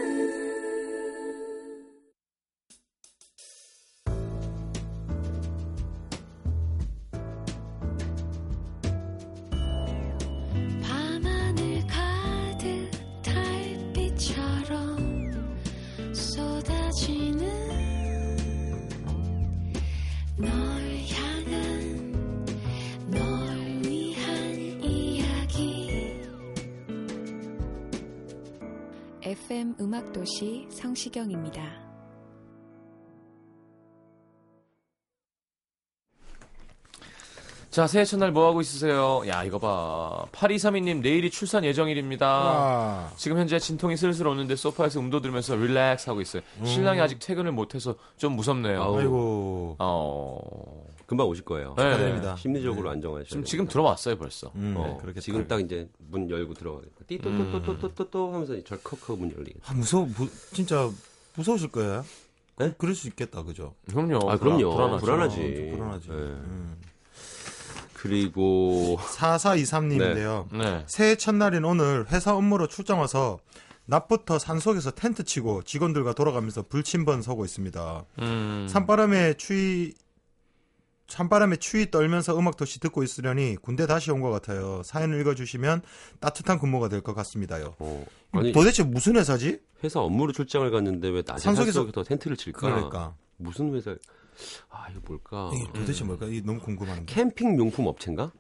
Speaker 7: 밤하늘 가득 달빛처럼 쏟아지는 널 향한 널 위한 이야기
Speaker 8: FM 음악도시 성시경입니다.
Speaker 3: 자, 새해 첫날 뭐 하고 있으세요? 야, 이거 봐. 8232님, 내일이 출산 예정일입니다.
Speaker 6: 와.
Speaker 3: 지금 현재 진통이 슬슬 오는데 소파에서 음도 들면서 릴렉스 하고 있어요. 신랑이 아직 퇴근을 못해서 좀 무섭네요.
Speaker 6: 음. 아이고.
Speaker 3: 어.
Speaker 5: 금방 오실 거예요.
Speaker 3: 네.
Speaker 6: 축하드립니다.
Speaker 5: 심리적으로 안정하셔야
Speaker 3: 지금
Speaker 5: 돼요.
Speaker 3: 지금 들어왔어요 벌써.
Speaker 6: 음,
Speaker 3: 네.
Speaker 6: 그렇게
Speaker 5: 지금 딱 이제 문 열고 들어가겠다. 띠또또또또또또 하면서 이제 절컥하고 문 열리겠다.
Speaker 6: 아, 무서워, 무, 진짜 무서우실 거예요.
Speaker 5: 네?
Speaker 6: 그럴 수 있겠다, 그죠?
Speaker 3: 그럼요.
Speaker 5: 아, 그럼요.
Speaker 3: 불안, 불안하죠.
Speaker 5: 불안하지.
Speaker 6: 어, 좀 불안하지.
Speaker 5: 네.
Speaker 6: 음.
Speaker 5: 그리고
Speaker 6: 4423님인데요.
Speaker 3: 네.
Speaker 6: 새해 첫날인 오늘 회사 업무로 출장 와서 낮부터 산속에서 텐트 치고 직원들과 돌아가면서 불침번 서고 있습니다.
Speaker 3: 음.
Speaker 6: 산바람에 추위 산바람에 추위 떨면서 음악 도시 듣고 있으려니 군대 다시 온 것 같아요. 사연을 읽어주시면 따뜻한 근무가 될 것 같습니다요.
Speaker 5: 어, 아니
Speaker 6: 도대체 무슨 회사지?
Speaker 5: 회사 업무로 출장을 갔는데 왜 낮에
Speaker 6: 산속에서-
Speaker 5: 산속에서 텐트를 칠까?
Speaker 6: 그러니까
Speaker 5: 무슨 회사? 아 이거 뭘까?
Speaker 6: 이게 예, 그 도대체 뭘까? 이게 너무 궁금한데.
Speaker 5: 캠핑 용품 업체인가?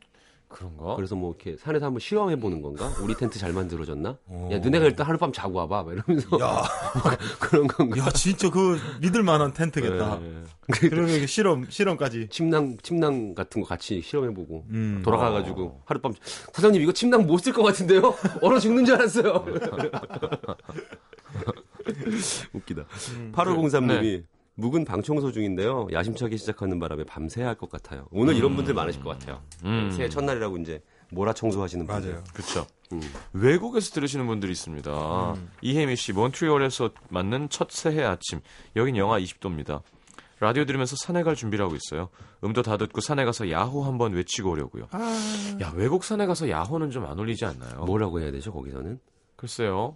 Speaker 3: 그런가?
Speaker 5: 그래서 뭐 이렇게 산에서 한번 실험해 보는 건가? 우리 텐트 잘 만들어졌나?
Speaker 6: 어.
Speaker 5: 야 너네가 일단 하룻밤 자고 와봐. 막 이러면서
Speaker 6: 야,
Speaker 5: 그런 건가?
Speaker 6: 야, 진짜 그 믿을 만한 텐트겠다.
Speaker 5: 네.
Speaker 6: 그러면 이게 실험 실험까지.
Speaker 5: 침낭 침낭 같은 거 같이 실험해보고
Speaker 6: 음.
Speaker 5: 돌아가가지고 하룻밤 사장님 이거 침낭 못 쓸 것 같은데요? 얼어 죽는 줄 알았어요. 웃기다. 8503님이 묵은 방 청소 중인데요. 야심차게 시작하는 바람에 밤새야 할 것 같아요. 오늘 이런 분들 많으실 것 같아요.
Speaker 3: 음.
Speaker 5: 새해 첫날이라고 이제 몰아 청소하시는 분들.
Speaker 6: 맞아요.
Speaker 3: 그렇죠.
Speaker 5: 음.
Speaker 3: 외국에서 들으시는 분들이 있습니다.
Speaker 6: 음.
Speaker 3: 이혜미 씨, 몬트리올에서 맞는 첫 새해 아침. 여긴 영하 20도입니다. 라디오 들으면서 산에 갈 준비를 하고 있어요. 음도 다 듣고 산에 가서 야호 한번 외치고 오려고요.
Speaker 6: 아.
Speaker 3: 야, 외국 산에 가서 야호는 좀 안 올리지 않나요?
Speaker 5: 뭐라고 해야 되죠 거기서는?
Speaker 3: 글쎄요.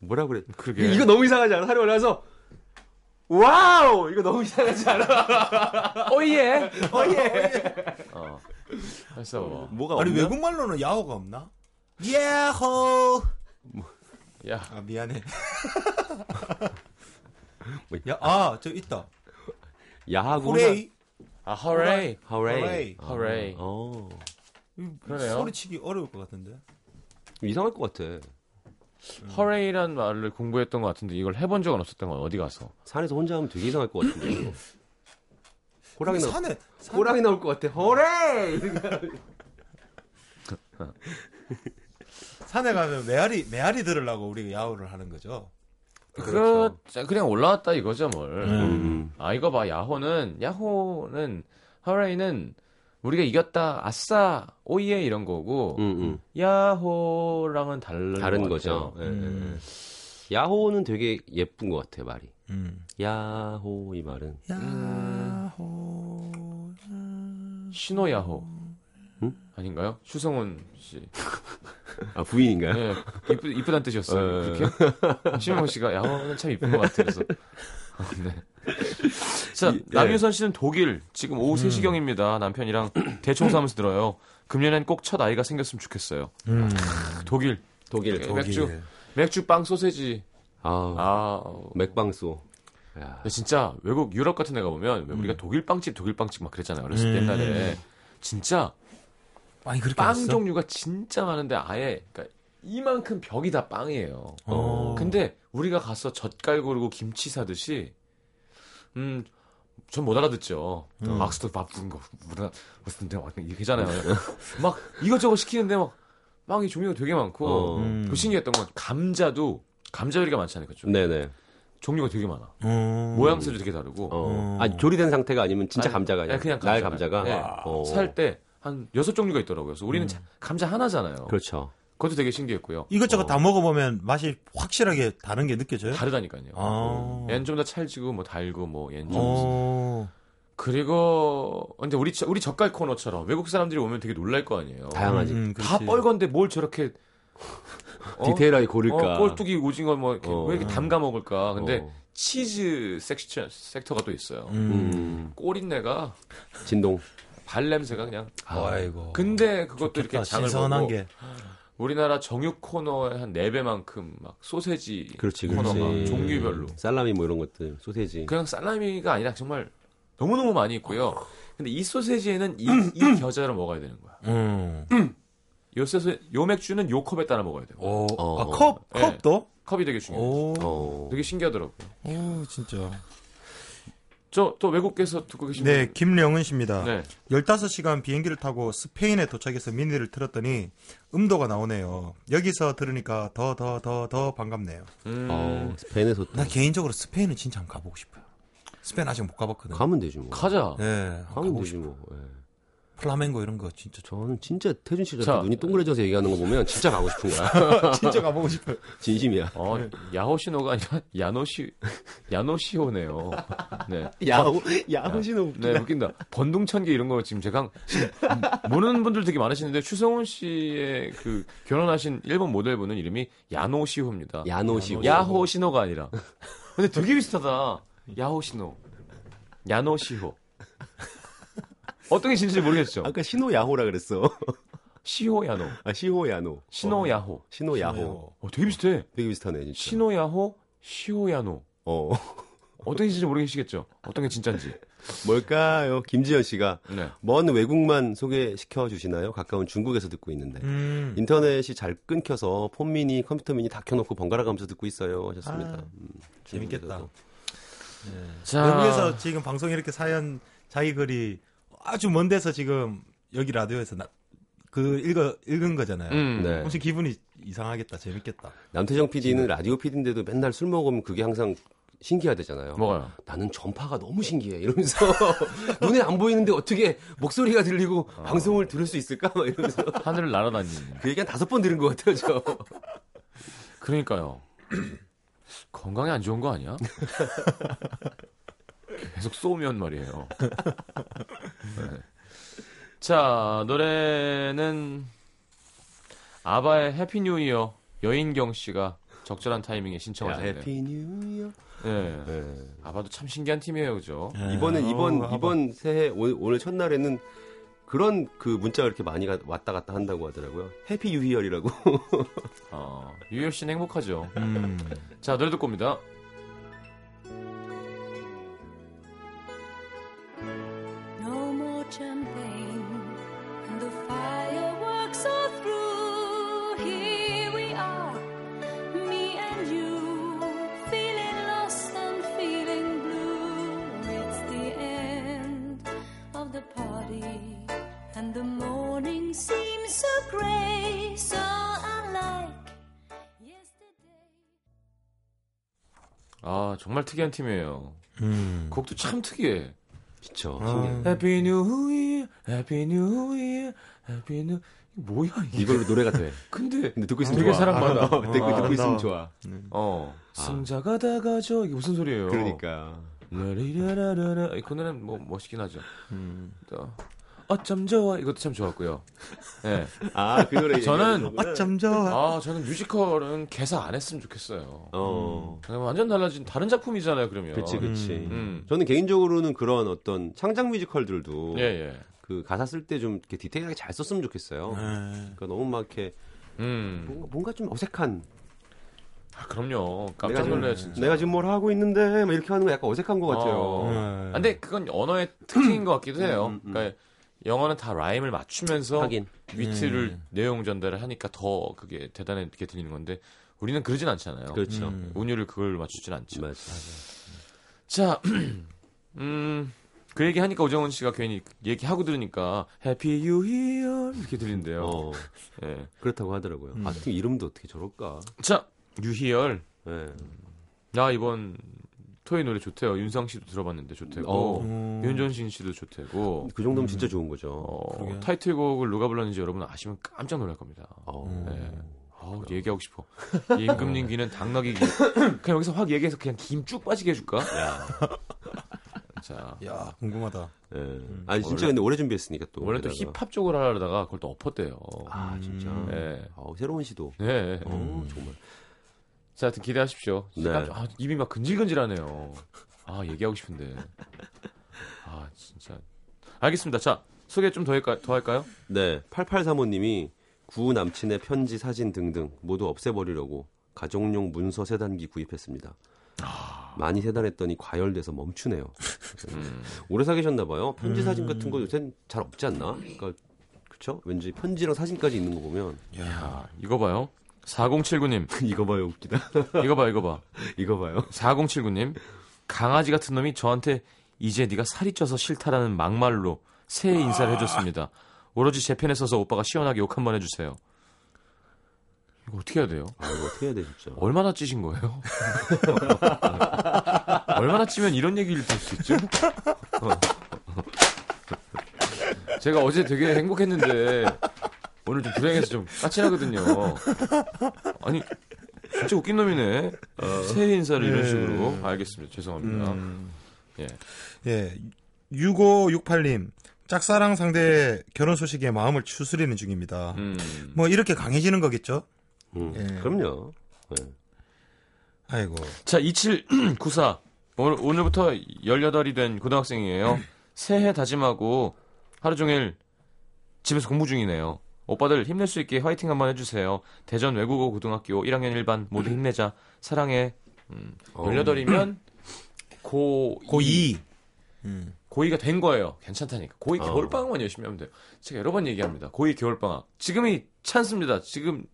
Speaker 5: 뭐라 그래?
Speaker 3: 그러게.
Speaker 5: 이거 너무 이상하지 않아? 하루 올라서 와우 이거 너무 이상하지 않아?
Speaker 3: 오예! 오예! 어. 했어.
Speaker 5: 뭐가
Speaker 6: 아니
Speaker 5: 없나?
Speaker 6: 외국 말로는 야호가 없나? 야호.
Speaker 5: 뭐,
Speaker 3: 야.
Speaker 6: 아 미안해.
Speaker 5: 뭐,
Speaker 6: 야, 아, 저 있다.
Speaker 5: 야하고
Speaker 6: 호레이.
Speaker 3: 아, 허레이.
Speaker 5: 하레이. 아,
Speaker 3: 허레이.
Speaker 5: 어.
Speaker 3: 그러네요.
Speaker 6: 소리치기 어려울 것 같은데.
Speaker 5: 이상할 것 같아. 음.
Speaker 3: 허레이란 말을 공부했던 것 같은데 이걸 해본 적은 없었던 건 어디 가서.
Speaker 5: 산에서 혼자 하면 되게 이상할 것 같은데. 이거. 호랑이 나올
Speaker 6: 그
Speaker 5: 음,
Speaker 6: 산에 산
Speaker 5: 호랑이 나올 것 같아. 호레이.
Speaker 6: 산에 가면 메아리 메아리 들으려고 우리가 야호를 하는 거죠.
Speaker 5: 그렇죠.
Speaker 3: 그 그냥 올라왔다 이거죠 뭘.
Speaker 5: 음.
Speaker 3: 아 이거 봐 야호는 야호는 허레이는 우리가 이겼다 아싸 오예 이런 거고
Speaker 5: 음, 음.
Speaker 3: 야호랑은 다른
Speaker 5: 다른
Speaker 3: 것
Speaker 5: 거죠.
Speaker 3: 같아요.
Speaker 5: 예, 예. 야호는 되게 예쁜 것 같아 말이.
Speaker 6: 음.
Speaker 5: 야호 이 말은
Speaker 6: 야호.
Speaker 3: 신호 야호
Speaker 5: 음?
Speaker 3: 아닌가요? 추성훈 씨
Speaker 5: 아 부인인가요?
Speaker 3: 예, 이쁘 이쁘단 뜻이었어요.
Speaker 5: 예.
Speaker 3: 그렇게 심영호 씨가 야호는 참 이쁜 것 같아서. 네. 자,
Speaker 5: 이- 예. 음.
Speaker 3: 남유선 씨는 독일 지금 오후 3시경입니다. 남편이랑 대충 사면서 들어요. 금년엔 꼭 첫 아이가 생겼으면 좋겠어요.
Speaker 6: 음.
Speaker 3: 독일
Speaker 5: 독일.
Speaker 3: 예, 맥주 맥주 빵 소세지
Speaker 5: 아
Speaker 3: 아
Speaker 5: 맥방소. 야.
Speaker 3: 근데 진짜 외국 유럽 같은 데 가보면 왜 우리가 독일 빵집 독일 빵집 막 그랬잖아요 어렸을 때
Speaker 6: 음.
Speaker 3: 옛날에 진짜
Speaker 6: 아니 그렇게
Speaker 3: 빵
Speaker 6: 했어?
Speaker 3: 종류가 진짜 많은데 아예 그러니까 이만큼 벽이 다 빵이에요
Speaker 6: 어.
Speaker 3: 근데 우리가 가서 젓갈 고르고 김치 사듯이 음 전 못 알아듣죠.
Speaker 6: 음.
Speaker 3: 막스도 바쁜 거, 무슨 무슨 데막 이렇게잖아요.
Speaker 6: 음.
Speaker 3: 막 이것저것 시키는데 막 빵이 종류가 되게 많고
Speaker 5: 어.
Speaker 6: 음.
Speaker 3: 그 신기했던 건 감자도 감자 요리가 많잖아요. 그쪽
Speaker 5: 네네.
Speaker 3: 종류가 되게 많아.
Speaker 6: 어.
Speaker 3: 모양새도 되게 다르고
Speaker 5: 어.
Speaker 6: 음.
Speaker 5: 아 조리된 상태가 아니면 진짜
Speaker 3: 아니,
Speaker 5: 감자가 아니야.
Speaker 3: 아니, 그냥
Speaker 5: 날
Speaker 3: 감자가.
Speaker 5: 감자가.
Speaker 3: 네.
Speaker 5: 어.
Speaker 3: 살 때 한 여섯 종류가 있더라고요. 그래서 우리는 자- 감자 하나잖아요. 그
Speaker 5: 그렇죠.
Speaker 3: 것도 되게 신기했고요.
Speaker 6: 이것저것
Speaker 3: 어,
Speaker 6: 다 먹어보면 맛이 확실하게 다른 게 느껴져요.
Speaker 3: 다르다니까요. 음.
Speaker 6: 아.
Speaker 3: 얘는 좀 더 찰지고 뭐 달고 뭐 얘는 좀
Speaker 6: 어.
Speaker 3: 그리고 어, 근데 우리 저- 우리 젓갈 코너처럼 외국 사람들이 오면 되게 놀랄 거 아니에요.
Speaker 5: 다양하지.
Speaker 6: 음,
Speaker 3: 다
Speaker 6: 그렇지.
Speaker 3: 뻘건데 뭘 저렇게 어?
Speaker 5: 디테일하게
Speaker 3: 어,
Speaker 5: 고를까.
Speaker 3: 꼴뚜기 오징어 뭐 이렇게
Speaker 5: 어.
Speaker 3: 왜 이렇게 담가 먹을까? 근데
Speaker 5: 어.
Speaker 3: 치즈 섹션 섹터가 또 있어요.
Speaker 6: 음.
Speaker 5: 음.
Speaker 3: 꼬린내가
Speaker 5: 진동.
Speaker 3: 발 냄새가 그냥
Speaker 5: 어.
Speaker 6: 아이고.
Speaker 3: 근데 그것도 이렇게
Speaker 6: 좋겠다,
Speaker 3: 장을
Speaker 6: 아, 신선한
Speaker 3: 보고
Speaker 6: 게.
Speaker 3: 우리나라 정육 코너의 한 4배만큼 막 소세지
Speaker 5: 그렇지,
Speaker 3: 코너가
Speaker 5: 그렇지.
Speaker 3: 종류별로
Speaker 5: 살라미 뭐 이런 것들, 소세지.
Speaker 3: 그냥 살라미가 아니라 정말 너무너무 많이 있고요 근데 이 소세지에는 이, 이 겨자로 먹어야 되는 거야
Speaker 6: 음.
Speaker 3: 요, 소세, 요 맥주는 요 컵에 따라 먹어야 돼요
Speaker 6: 오.
Speaker 5: 어.
Speaker 6: 아, 컵,
Speaker 3: 예.
Speaker 6: 컵도?
Speaker 3: 컵이 되게 중요해요
Speaker 6: 오.
Speaker 5: 어.
Speaker 6: 네.
Speaker 3: 되게 신기하더라고요
Speaker 6: 오, 진짜.
Speaker 3: 저 또 외국에서 듣고 계신
Speaker 6: 네,
Speaker 3: 분.
Speaker 6: 김령은 씨입니다.
Speaker 3: 네.
Speaker 6: 15시간 비행기를 타고 스페인에 도착해서 미니를 틀었더니 음도가 나오네요. 여기서 들으니까 더 더 더 더 반갑네요.
Speaker 3: 음.
Speaker 5: 어, 스페인에서 또
Speaker 6: 나 개인적으로 스페인은 진짜 한번 가보고 싶어요. 스페인 아직 못 가봤거든. 요
Speaker 5: 가면 되지 뭐.
Speaker 3: 가자.
Speaker 6: 예,
Speaker 5: 가면
Speaker 6: 가보고
Speaker 5: 되지
Speaker 6: 싶어.
Speaker 5: 뭐. 예.
Speaker 6: 플라멩고 이런 거 진짜 좋.
Speaker 5: 저는 진짜 태준 씨
Speaker 3: 자.
Speaker 5: 저렇게 눈이 동그래져서 얘기하는 거 보면 진짜 가고 싶은 거야.
Speaker 6: 진짜 가보고 싶어요.
Speaker 5: 진심이야.
Speaker 3: 어, 야호신호가 아니라 야노시 야노시호네요. 네.
Speaker 5: 야호 야호 신호
Speaker 3: 네, 웃긴다. 번둥천개 이런 거 지금 제가 지금 모르는 분들 되게 많으시는데 추성훈 씨의 그 결혼하신 일본 모델분은 이름이 야노시호입니다.
Speaker 5: 야노시호.
Speaker 3: 야호신호가 아니라. 근데 되게 비슷하다. 야호신호. 야노시호. 어떤 게 진실지 모르겠죠.
Speaker 5: 아까 신호 야호라 그랬어.
Speaker 3: 시호 야노.
Speaker 5: 아 시호 야노.
Speaker 3: 신호
Speaker 5: 어,
Speaker 3: 야호.
Speaker 5: 신호 야호.
Speaker 6: 신호.
Speaker 3: 어, 되게 비슷해.
Speaker 5: 되게 비슷하네 진짜.
Speaker 3: 신호 야호, 시호 야노.
Speaker 5: 어
Speaker 3: 어떤 게 진실지 모르겠시겠죠. 어떤 게 진짜인지.
Speaker 5: 뭘까요? 김지현 씨가
Speaker 3: 네.
Speaker 5: 먼 외국만 소개시켜 주시나요? 가까운 중국에서 듣고 있는데.
Speaker 6: 음.
Speaker 5: 인터넷이 잘 끊겨서 폰 미니, 컴퓨터 미니 다 켜놓고 번갈아 가면서 듣고 있어요. 하셨습니다.
Speaker 6: 아,
Speaker 5: 음,
Speaker 6: 재밌겠다.
Speaker 5: 중국에서도.
Speaker 3: 자,
Speaker 6: 음. 외국에서 지금 방송 이렇게 사연 자기 글이 아주 먼 데서 지금 여기 라디오에서 나, 그 읽어 읽은 거잖아요.
Speaker 3: 음.
Speaker 5: 네.
Speaker 6: 혹시 기분이 이상하겠다. 재밌겠다.
Speaker 5: 남태정 PD는 라디오 PD인데도 맨날 술 먹으면 그게 항상 신기하대잖아요.
Speaker 3: 뭐가요?
Speaker 5: 나는 전파가 너무 신기해 이러면서 눈에 안 보이는데 어떻게 목소리가 들리고
Speaker 6: 아.
Speaker 5: 방송을 들을 수 있을까 막 이러면서
Speaker 3: 하늘을 날아다니는.
Speaker 5: 그 얘기 한 다섯 번 들은 것 같아요 저
Speaker 3: 그러니까요. 건강에 안 좋은 거 아니야? 계속 쏘면 말이에요. 네. 자, 노래는 아바의 해피 뉴 이어 여인경 씨가 적절한 타이밍에 신청하셨네요.
Speaker 5: 뉴이어
Speaker 3: 예. 아바도 참 신기한 팀이에요, 그죠?
Speaker 5: 네. 이번엔
Speaker 6: 어,
Speaker 5: 이번
Speaker 6: 네. 한번.
Speaker 5: 이번 새해 오늘, 오늘 첫날에는 그런 그 문자가 이렇게 많이 가- 왔다 갔다 한다고 하더라고요 해피 유희열이라고
Speaker 3: 어, 유열 씨는 행복하죠.
Speaker 6: 음.
Speaker 3: 자, 노래 듣고 옵니다.
Speaker 7: No more champagne, and the fireworks are through. Here we are, me and you, feeling lost and feeling blue. It's the end of the party, and the morning seems so gray, so unlike yesterday.
Speaker 3: 아, 정말 특이한 팀이에요.
Speaker 6: 음.
Speaker 3: 곡도 참 특이해.
Speaker 5: 그쵸
Speaker 6: 아,
Speaker 3: Happy New Year, Happy New Year, Happy New. 이게 뭐야 이게?
Speaker 5: 이걸로 노래가 돼
Speaker 3: 근데
Speaker 5: 근데 듣고 있으면
Speaker 3: 되게
Speaker 5: 좋아.
Speaker 3: 사랑받아.
Speaker 5: 어, 듣고,
Speaker 3: 아,
Speaker 5: 듣고 있으면
Speaker 6: 아름다워.
Speaker 5: 좋아
Speaker 3: 어. 승자가 다가죠. 이게 무슨 소리예요?
Speaker 5: 아. 그러니까
Speaker 3: 라리라라라라. 그 노래는 뭐 멋있긴 하죠.
Speaker 5: 음.
Speaker 3: 또 어쩜 좋아 이것도 참 좋았고요. 예.
Speaker 5: 아 그 노래
Speaker 3: 저는
Speaker 5: 얘기하는 거구나.
Speaker 6: 어쩜 좋아.
Speaker 3: 아 저는 뮤지컬은 개사 안 했으면 좋겠어요.
Speaker 5: 어
Speaker 3: 그냥 완전 달라진 다른 작품이잖아요. 그러면.
Speaker 5: 그치 그치
Speaker 3: 음.
Speaker 5: 저는 개인적으로는 그런 어떤 창작 뮤지컬들도
Speaker 3: 예 예.
Speaker 5: 그 가사 쓸 때 좀 이렇게 디테일하게 잘 썼으면 좋겠어요.
Speaker 6: 네.
Speaker 5: 그러니까 너무 막 이렇게
Speaker 3: 음.
Speaker 5: 뭔가, 뭔가 좀 어색한
Speaker 3: 아, 그럼요.
Speaker 5: 내가
Speaker 3: 깜짝
Speaker 5: 지금
Speaker 3: 놀라요 진짜.
Speaker 5: 내가 지금 뭘 하고 있는데 막 이렇게 하는 거 약간 어색한 것 같아요.
Speaker 3: 어.
Speaker 6: 네.
Speaker 3: 아, 근데 그건 언어의 특징인 것 같기도 해요.
Speaker 5: 음, 음.
Speaker 3: 그러니까 영어는 다 라임을 맞추면서
Speaker 5: 하긴
Speaker 3: 위트를
Speaker 5: 음.
Speaker 3: 내용 전달을 하니까 더 그게 대단하게 들리는 건데 우리는 그러진 않잖아요.
Speaker 5: 그렇죠. 네.
Speaker 6: 음.
Speaker 3: 운율을 그걸 맞추진 않죠.
Speaker 5: 맞아.
Speaker 3: 자, 음, 그 얘기 하니까 오정훈 씨가 괜히 얘기하고 들으니까 Happy New Year 이렇게 들린대요.
Speaker 5: 어,
Speaker 3: 예.
Speaker 5: 그렇다고 하더라고요. 아, 팀 이름도 어떻게 저럴까?
Speaker 3: 자, 유희열.
Speaker 5: 예.
Speaker 3: 음. 나 이번 토이 노래 좋대요. 윤상 씨도 들어봤는데 좋대고
Speaker 5: 어.
Speaker 3: 윤전신 씨도 좋대고
Speaker 5: 그 정도면 진짜 좋은 거죠.
Speaker 3: 음. 어,
Speaker 6: 그러게요.
Speaker 3: 타이틀곡을 누가 불렀는지 여러분 아시면 깜짝 놀랄 겁니다.
Speaker 5: 어.
Speaker 3: 네. 어, 얘기하고 싶어. 이 임금님 귀는 당나귀 귀. 그냥 여기서 확 얘기해서 그냥 김 쭉 빠지게 해줄까? 자,
Speaker 6: 네. 야, 궁금하다.
Speaker 5: 예. 아니 진짜 근데 오래 준비했으니까 또.
Speaker 3: 원래 또
Speaker 5: 게다가.
Speaker 3: 힙합 쪽을 하려다가 그걸 또 엎었대요.
Speaker 5: 아 진짜.
Speaker 3: 네.
Speaker 5: 어, 새로운 시도.
Speaker 3: 네.
Speaker 5: 어, 정말.
Speaker 3: 자, 하여튼 기대하십시오.
Speaker 5: 네.
Speaker 3: 깜짝- 아, 입이 막 근질근질하네요. 아, 얘기하고 싶은데. 아, 진짜. 알겠습니다. 자, 소개 좀 더 할까, 더 할까요?
Speaker 5: 네, 8835님이 구 남친의 편지, 사진 등등 모두 없애버리려고 가정용 문서 세단기 구입했습니다. 많이 세단했더니 과열돼서 멈추네요. 오래 사귀셨나 봐요. 편지 사진 같은 거 요새 잘 없지 않나? 그러니까 그쵸? 왠지 편지랑 사진까지 있는 거 보면
Speaker 3: 야, 아, 이거 봐요. 4079님.
Speaker 5: 이거 봐요 웃기다.
Speaker 3: 이거 봐, 이거 봐.
Speaker 5: 이거 봐요.
Speaker 3: 4079님. 강아지 같은 놈이 저한테 이제 네가 살이 쪄서 싫다라는 막말로 새해 인사를 해줬습니다. 오로지 제 편에 서서 오빠가 시원하게 욕 한번 해주세요. 이거 어떻게 해야 돼요?
Speaker 5: 아, 이거 어떻게 해야 돼, 진짜.
Speaker 3: 얼마나 찌신 거예요? 얼마나 찌면 이런 얘기를 들 수 있죠? 제가 어제 되게 행복했는데 오늘 좀 불행해서 좀 까칠하거든요. 아니 진짜 웃긴 놈이네. 어. 새해 인사를 이런
Speaker 6: 예.
Speaker 3: 식으로 알겠습니다. 죄송합니다. 예.
Speaker 6: 예. 6568님, 짝사랑 상대의 결혼 소식에 마음을 추스리는 중입니다.
Speaker 3: 음.
Speaker 6: 뭐, 이렇게 강해지는 거겠죠?
Speaker 5: 음,
Speaker 6: 예.
Speaker 5: 그럼요. 예.
Speaker 6: 아이고.
Speaker 3: 자 2794 오늘 오늘부터 18이 된 고등학생이에요. 새해 다짐하고 하루 종일 집에서 공부 중이네요. 오빠들 힘낼 수 있게 화이팅 한번 해주세요. 대전 외국어 고등학교 1학년 1반 모두 힘내자. 사랑해. 음,
Speaker 5: 어.
Speaker 3: 18이면 고
Speaker 6: 고2.
Speaker 3: 고2가 된 거예요. 괜찮다니까. 고2
Speaker 5: 어.
Speaker 3: 겨울방학만 열심히 하면 돼요. 제가 여러 번 얘기합니다. 고2 겨울방학. 지금이 찬스입니다. 지금,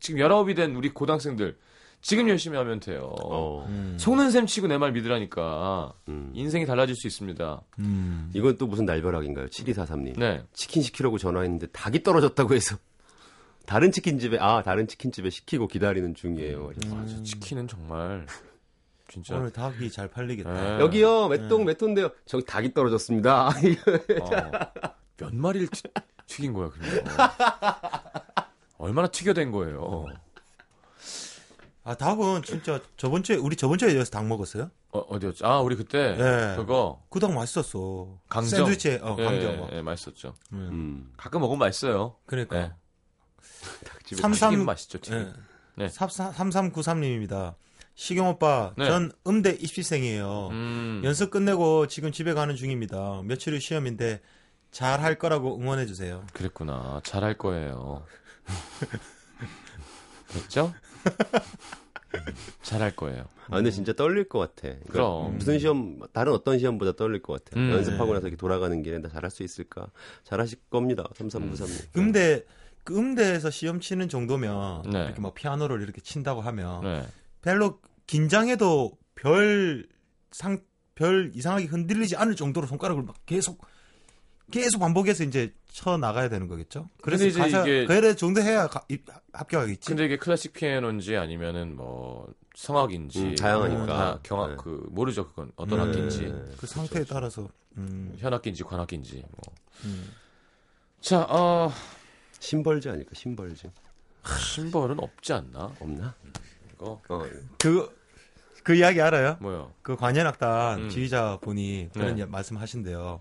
Speaker 3: 지금 19이 된 우리 고등학생들. 지금 열심히 하면 돼요.
Speaker 5: 어.
Speaker 3: 속는 셈 치고 내 말 믿으라니까.
Speaker 5: 음.
Speaker 3: 인생이 달라질 수 있습니다.
Speaker 6: 음.
Speaker 5: 이건 또 무슨 날벼락인가요? 7243님.
Speaker 3: 네.
Speaker 5: 치킨 시키려고 전화했는데 닭이 떨어졌다고 해서 다른 치킨집에 아 다른 치킨집에 시키고 기다리는 중이에요. 그래서
Speaker 3: 와, 저 치킨은 정말 진짜
Speaker 6: 오늘 닭이 잘 팔리겠다.
Speaker 3: 네.
Speaker 5: 여기요 몇동 몇 돈데요. 저기 닭이 떨어졌습니다.
Speaker 3: 어, 몇 마리를 튀, 튀긴 거야, 그냥. 얼마나 튀겨된 거예요.
Speaker 6: 아, 닭은 진짜 저번 주에, 우리 저번 주에 여기서 닭 먹었어요?
Speaker 3: 어, 어디였지? 아, 우리 그때
Speaker 6: 네.
Speaker 3: 그거
Speaker 6: 그 닭 맛있었어.
Speaker 3: 강정.
Speaker 6: 샌드위치에, 어,
Speaker 3: 예,
Speaker 6: 강정. 막.
Speaker 3: 예, 맛있었죠.
Speaker 5: 음,
Speaker 3: 가끔 먹으면 맛있어요.
Speaker 6: 그러니까.
Speaker 3: 네.
Speaker 5: 닭집에
Speaker 6: 삼- 삼삼-
Speaker 3: 튀김 맛있죠, 튀김.
Speaker 6: 예.
Speaker 3: 네.
Speaker 6: 3393님입니다. 시경 오빠,
Speaker 3: 네.
Speaker 6: 전 음대 입시생이에요.
Speaker 3: 음.
Speaker 6: 연습 끝내고 지금 집에 가는 중입니다. 며칠 후 시험인데 잘 할 거라고 응원해 주세요.
Speaker 3: 그랬구나. 잘할 거예요. 됐죠? 잘할 거예요.
Speaker 5: 아 근데 진짜 떨릴 것 같아. 그러니까
Speaker 3: 그럼.
Speaker 5: 무슨 시험 다른 어떤 시험보다 떨릴 것 같아.
Speaker 3: 음.
Speaker 5: 연습하고 나서 이렇게 돌아가는 길에 나 잘할 수 있을까? 잘하실 겁니다. 3393님.
Speaker 6: 음대 그 음대에서 시험 치는 정도면
Speaker 3: 네.
Speaker 6: 이렇게 막 피아노를 이렇게 친다고 하면
Speaker 3: 네.
Speaker 6: 별로 긴장해도 별 상 별 이상하게 흔들리지 않을 정도로 손가락을 막 계속 계속 반복해서 이제 쳐 나가야 되는 거겠죠. 그래서
Speaker 3: 근데 이제
Speaker 6: 가사,
Speaker 3: 이게-
Speaker 6: 그래 정도 해야 가- 입- 합격하겠지.
Speaker 3: 근데 이게 클래식 피아노인지 아니면은 뭐 성악인지
Speaker 5: 음, 다양하니까.
Speaker 3: 다 경악
Speaker 5: 네. 음.
Speaker 3: 그 모르죠 그건 어떤 악기인지
Speaker 6: 그 상태에
Speaker 3: 그렇죠.
Speaker 6: 따라서 음,
Speaker 3: 현악기인지 관악기인지 뭐.
Speaker 6: 음.
Speaker 3: 자, 어,
Speaker 5: 심벌지 아닐까? 심벌지
Speaker 3: 심벌은 없지 않나?
Speaker 5: 없나?
Speaker 3: 이거
Speaker 5: 어,
Speaker 6: 그 그 이야기 알아요?
Speaker 3: 뭐요?
Speaker 6: 그 관현악단
Speaker 3: 음.
Speaker 6: 지휘자분이 그런
Speaker 3: 네.
Speaker 6: 말씀하신대요.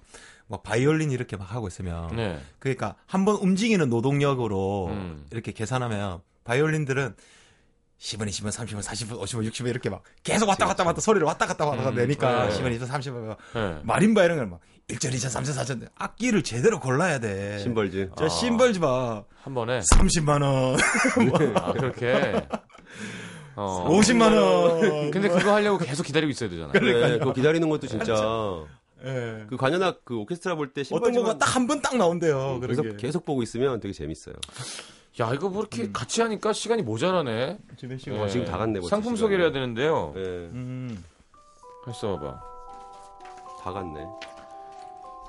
Speaker 6: 막 바이올린 이렇게 막 하고 있으면
Speaker 3: 네.
Speaker 6: 그러니까 한 번 움직이는 노동력으로
Speaker 3: 음.
Speaker 6: 이렇게 계산하면 바이올린들은 10원, 20원, 30원, 40원, 50원, 60원 이렇게 막 계속 왔다 갔다 왔다 소리를 왔다 갔다 왔다 갔다
Speaker 3: 그렇죠. 음.
Speaker 6: 내니까
Speaker 3: 네.
Speaker 6: 10원, 20원, 30원
Speaker 3: 네.
Speaker 6: 마린바 이런 걸막 1절, 2절, 3절, 4절 악기를 제대로 골라야
Speaker 3: 네.
Speaker 6: 돼.
Speaker 3: 아,
Speaker 5: 심벌지.
Speaker 6: 저 심벌 좀 봐.
Speaker 3: 한 번에
Speaker 6: 30만 원,
Speaker 3: 아, 그렇게 어.
Speaker 6: 50만 원.
Speaker 3: 근데 그거 하려고 계속 기다리고 있어야 되잖아요.
Speaker 5: 네, 그거 기다리는 것도 진짜
Speaker 6: 예.
Speaker 5: 그 관현악 그 오케스트라 볼 때
Speaker 6: 어떤
Speaker 5: 심벌지만 어,
Speaker 6: 거가 딱 한 번 딱
Speaker 3: 음,
Speaker 6: 나온대요. 그런
Speaker 5: 그래서
Speaker 6: 게.
Speaker 5: 계속 보고 있으면 되게 재밌어요.
Speaker 3: 야, 이거 뭐 이렇게 같이 하니까 시간이 모자라네.
Speaker 6: 지금
Speaker 3: 네.
Speaker 6: 시간.
Speaker 5: 뭐 지금 다 갔네, 벌써
Speaker 3: 상품
Speaker 5: 시간이.
Speaker 3: 소개를 해야 되는데요.
Speaker 5: 예,
Speaker 6: 음.
Speaker 3: 했어 봐.
Speaker 5: 다 갔네.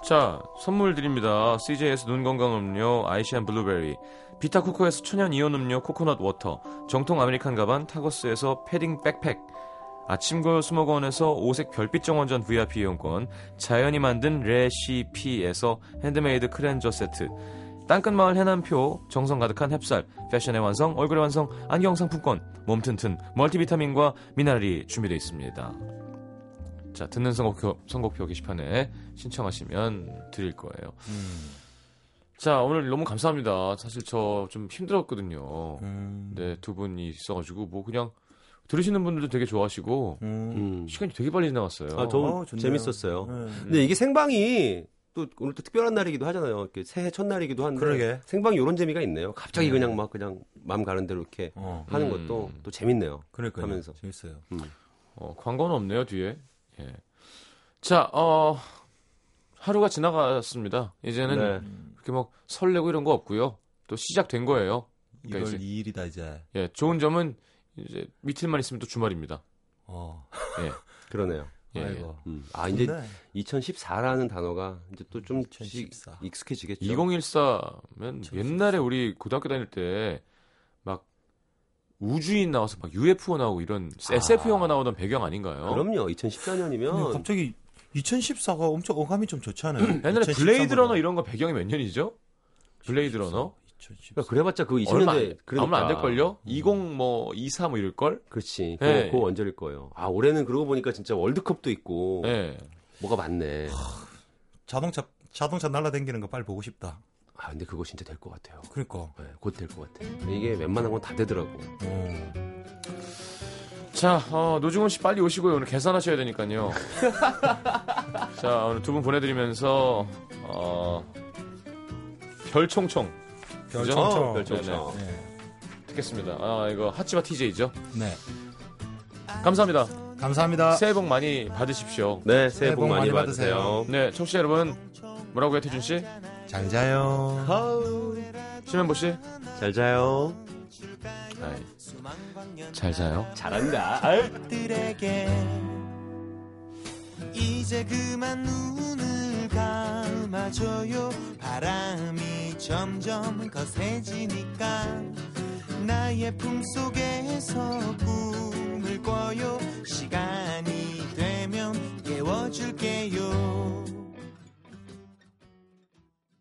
Speaker 3: 자, 선물 드립니다. CJ에서 눈 건강 음료 아이시안 블루베리, 비타 코코에서 천연 이온 음료 코코넛 워터, 정통 아메리칸 가방 타거스에서 패딩 백팩, 아침고요 수목원에서 오색 별빛 정원전 VIP 이용권, 자연이 만든 레시피에서 핸드메이드 크렌저 세트, 땅끝 마을 해남표 정성 가득한 햅쌀 패션의 완성 얼굴의 완성 안경 상품권 몸 튼튼 멀티비타민과 미나리 준비되어 있습니다 자 듣는 선곡표, 선곡표 게시판에 신청하시면 드릴 거예요 자 오늘 너무 감사합니다 사실 저 좀 힘들었거든요
Speaker 6: 음.
Speaker 3: 네 두 분이 있어가지고 뭐 그냥 들으시는 분들도 되게 좋아하시고
Speaker 6: 음.
Speaker 5: 음.
Speaker 3: 시간이 되게 빨리 지나갔어요
Speaker 5: 아, 저
Speaker 6: 어, 좋네요.
Speaker 5: 재밌었어요.
Speaker 6: 네.
Speaker 5: 근데 이게 생방이 또 오늘 또 특별한 날이기도 하잖아요. 이렇게 새해 첫날이기도 한데
Speaker 6: 그러게.
Speaker 5: 생방이 이런 재미가 있네요. 갑자기 그냥 막 그냥 마음 가는 대로 이렇게
Speaker 6: 어.
Speaker 5: 하는
Speaker 3: 음.
Speaker 5: 것도 또 재밌네요.
Speaker 6: 그러니까
Speaker 5: 하면서.
Speaker 6: 재밌어요.
Speaker 3: 어, 광고는 없네요 뒤에. 예. 자, 어, 하루가 지나갔습니다. 이제는 그렇게 막 설레고 이런 거 없고요. 또 시작된 거예요. 그러니까
Speaker 6: 2월
Speaker 3: 이제-
Speaker 6: 2일이다 이제.
Speaker 3: 예, 좋은 점은 이제 이틀만 있으면 또 주말입니다.
Speaker 6: 어.
Speaker 5: 그러네요.
Speaker 3: 예, 예.
Speaker 6: 아이고.
Speaker 5: 음. 아 이제
Speaker 3: 네.
Speaker 6: 근데
Speaker 5: 2014라는 단어가 이제 또 좀
Speaker 6: 2014.
Speaker 5: 익숙해지겠죠.
Speaker 3: 2014면 옛날에 우리 고등학교 다닐 때 막 우주인 나와서 막 UFO 나오고 이런 SF 영화 나오던 배경 아닌가요?
Speaker 5: 그럼요.
Speaker 6: 근데
Speaker 5: 2014년이면
Speaker 6: 음, 갑자기 2014가 엄청 어감이 좀 좋지 않아요?
Speaker 3: 어. 음. 옛날에 블레이드 러너 이런 거 배경이 몇 년이죠? 블레이드 러너?
Speaker 5: 그래봤자 그거 20년대
Speaker 3: 얼마 안,
Speaker 5: 그러니까.
Speaker 3: 아마 안 될걸요? 20 뭐 24 뭐 이럴걸?
Speaker 5: 그렇지. 그
Speaker 3: 예.
Speaker 5: 그 원절일 거예요. 아 올해는 그러고 보니까 진짜 월드컵도 있고
Speaker 3: 예.
Speaker 5: 뭐가 많네.
Speaker 6: 자동차 자동차 날라다니는 거 빨리 보고 싶다.
Speaker 5: 아 근데 그거 진짜 될 것 같아요.
Speaker 6: 그러니까.
Speaker 5: 예, 곧될 것 같아. 이게 웬만한 건 다 되더라고.
Speaker 6: 어.
Speaker 3: 자, 어, 노중훈 씨 빨리 오시고요. 오늘 계산하셔야 되니까요. 자, 오늘 두 분 보내드리면서, 어, 별총총 어,
Speaker 6: 별청청.
Speaker 5: 별청청.
Speaker 6: 네.
Speaker 3: 듣겠습니다. 아, 이거 하치바 TJ죠?
Speaker 6: 네.
Speaker 3: 감사합니다.
Speaker 6: 감사합니다.
Speaker 3: 새해 복 많이 받으십시오.
Speaker 5: 네, 새해 복 많이
Speaker 6: 많이
Speaker 5: 받으세요.
Speaker 6: 받으세요.
Speaker 3: 네, 청취자 여러분, 뭐라고 해요, 태준 씨?
Speaker 6: 잘 자요.
Speaker 3: 심현보 씨?
Speaker 5: 잘 자요.
Speaker 1: 수만광년
Speaker 3: 잘 자요.
Speaker 5: 잘한다.
Speaker 1: 들에게 이제 그만 눈을 감아줘요 바람이 점점 거세지니까 나의 품속에서 꿈을 꿔요 시간이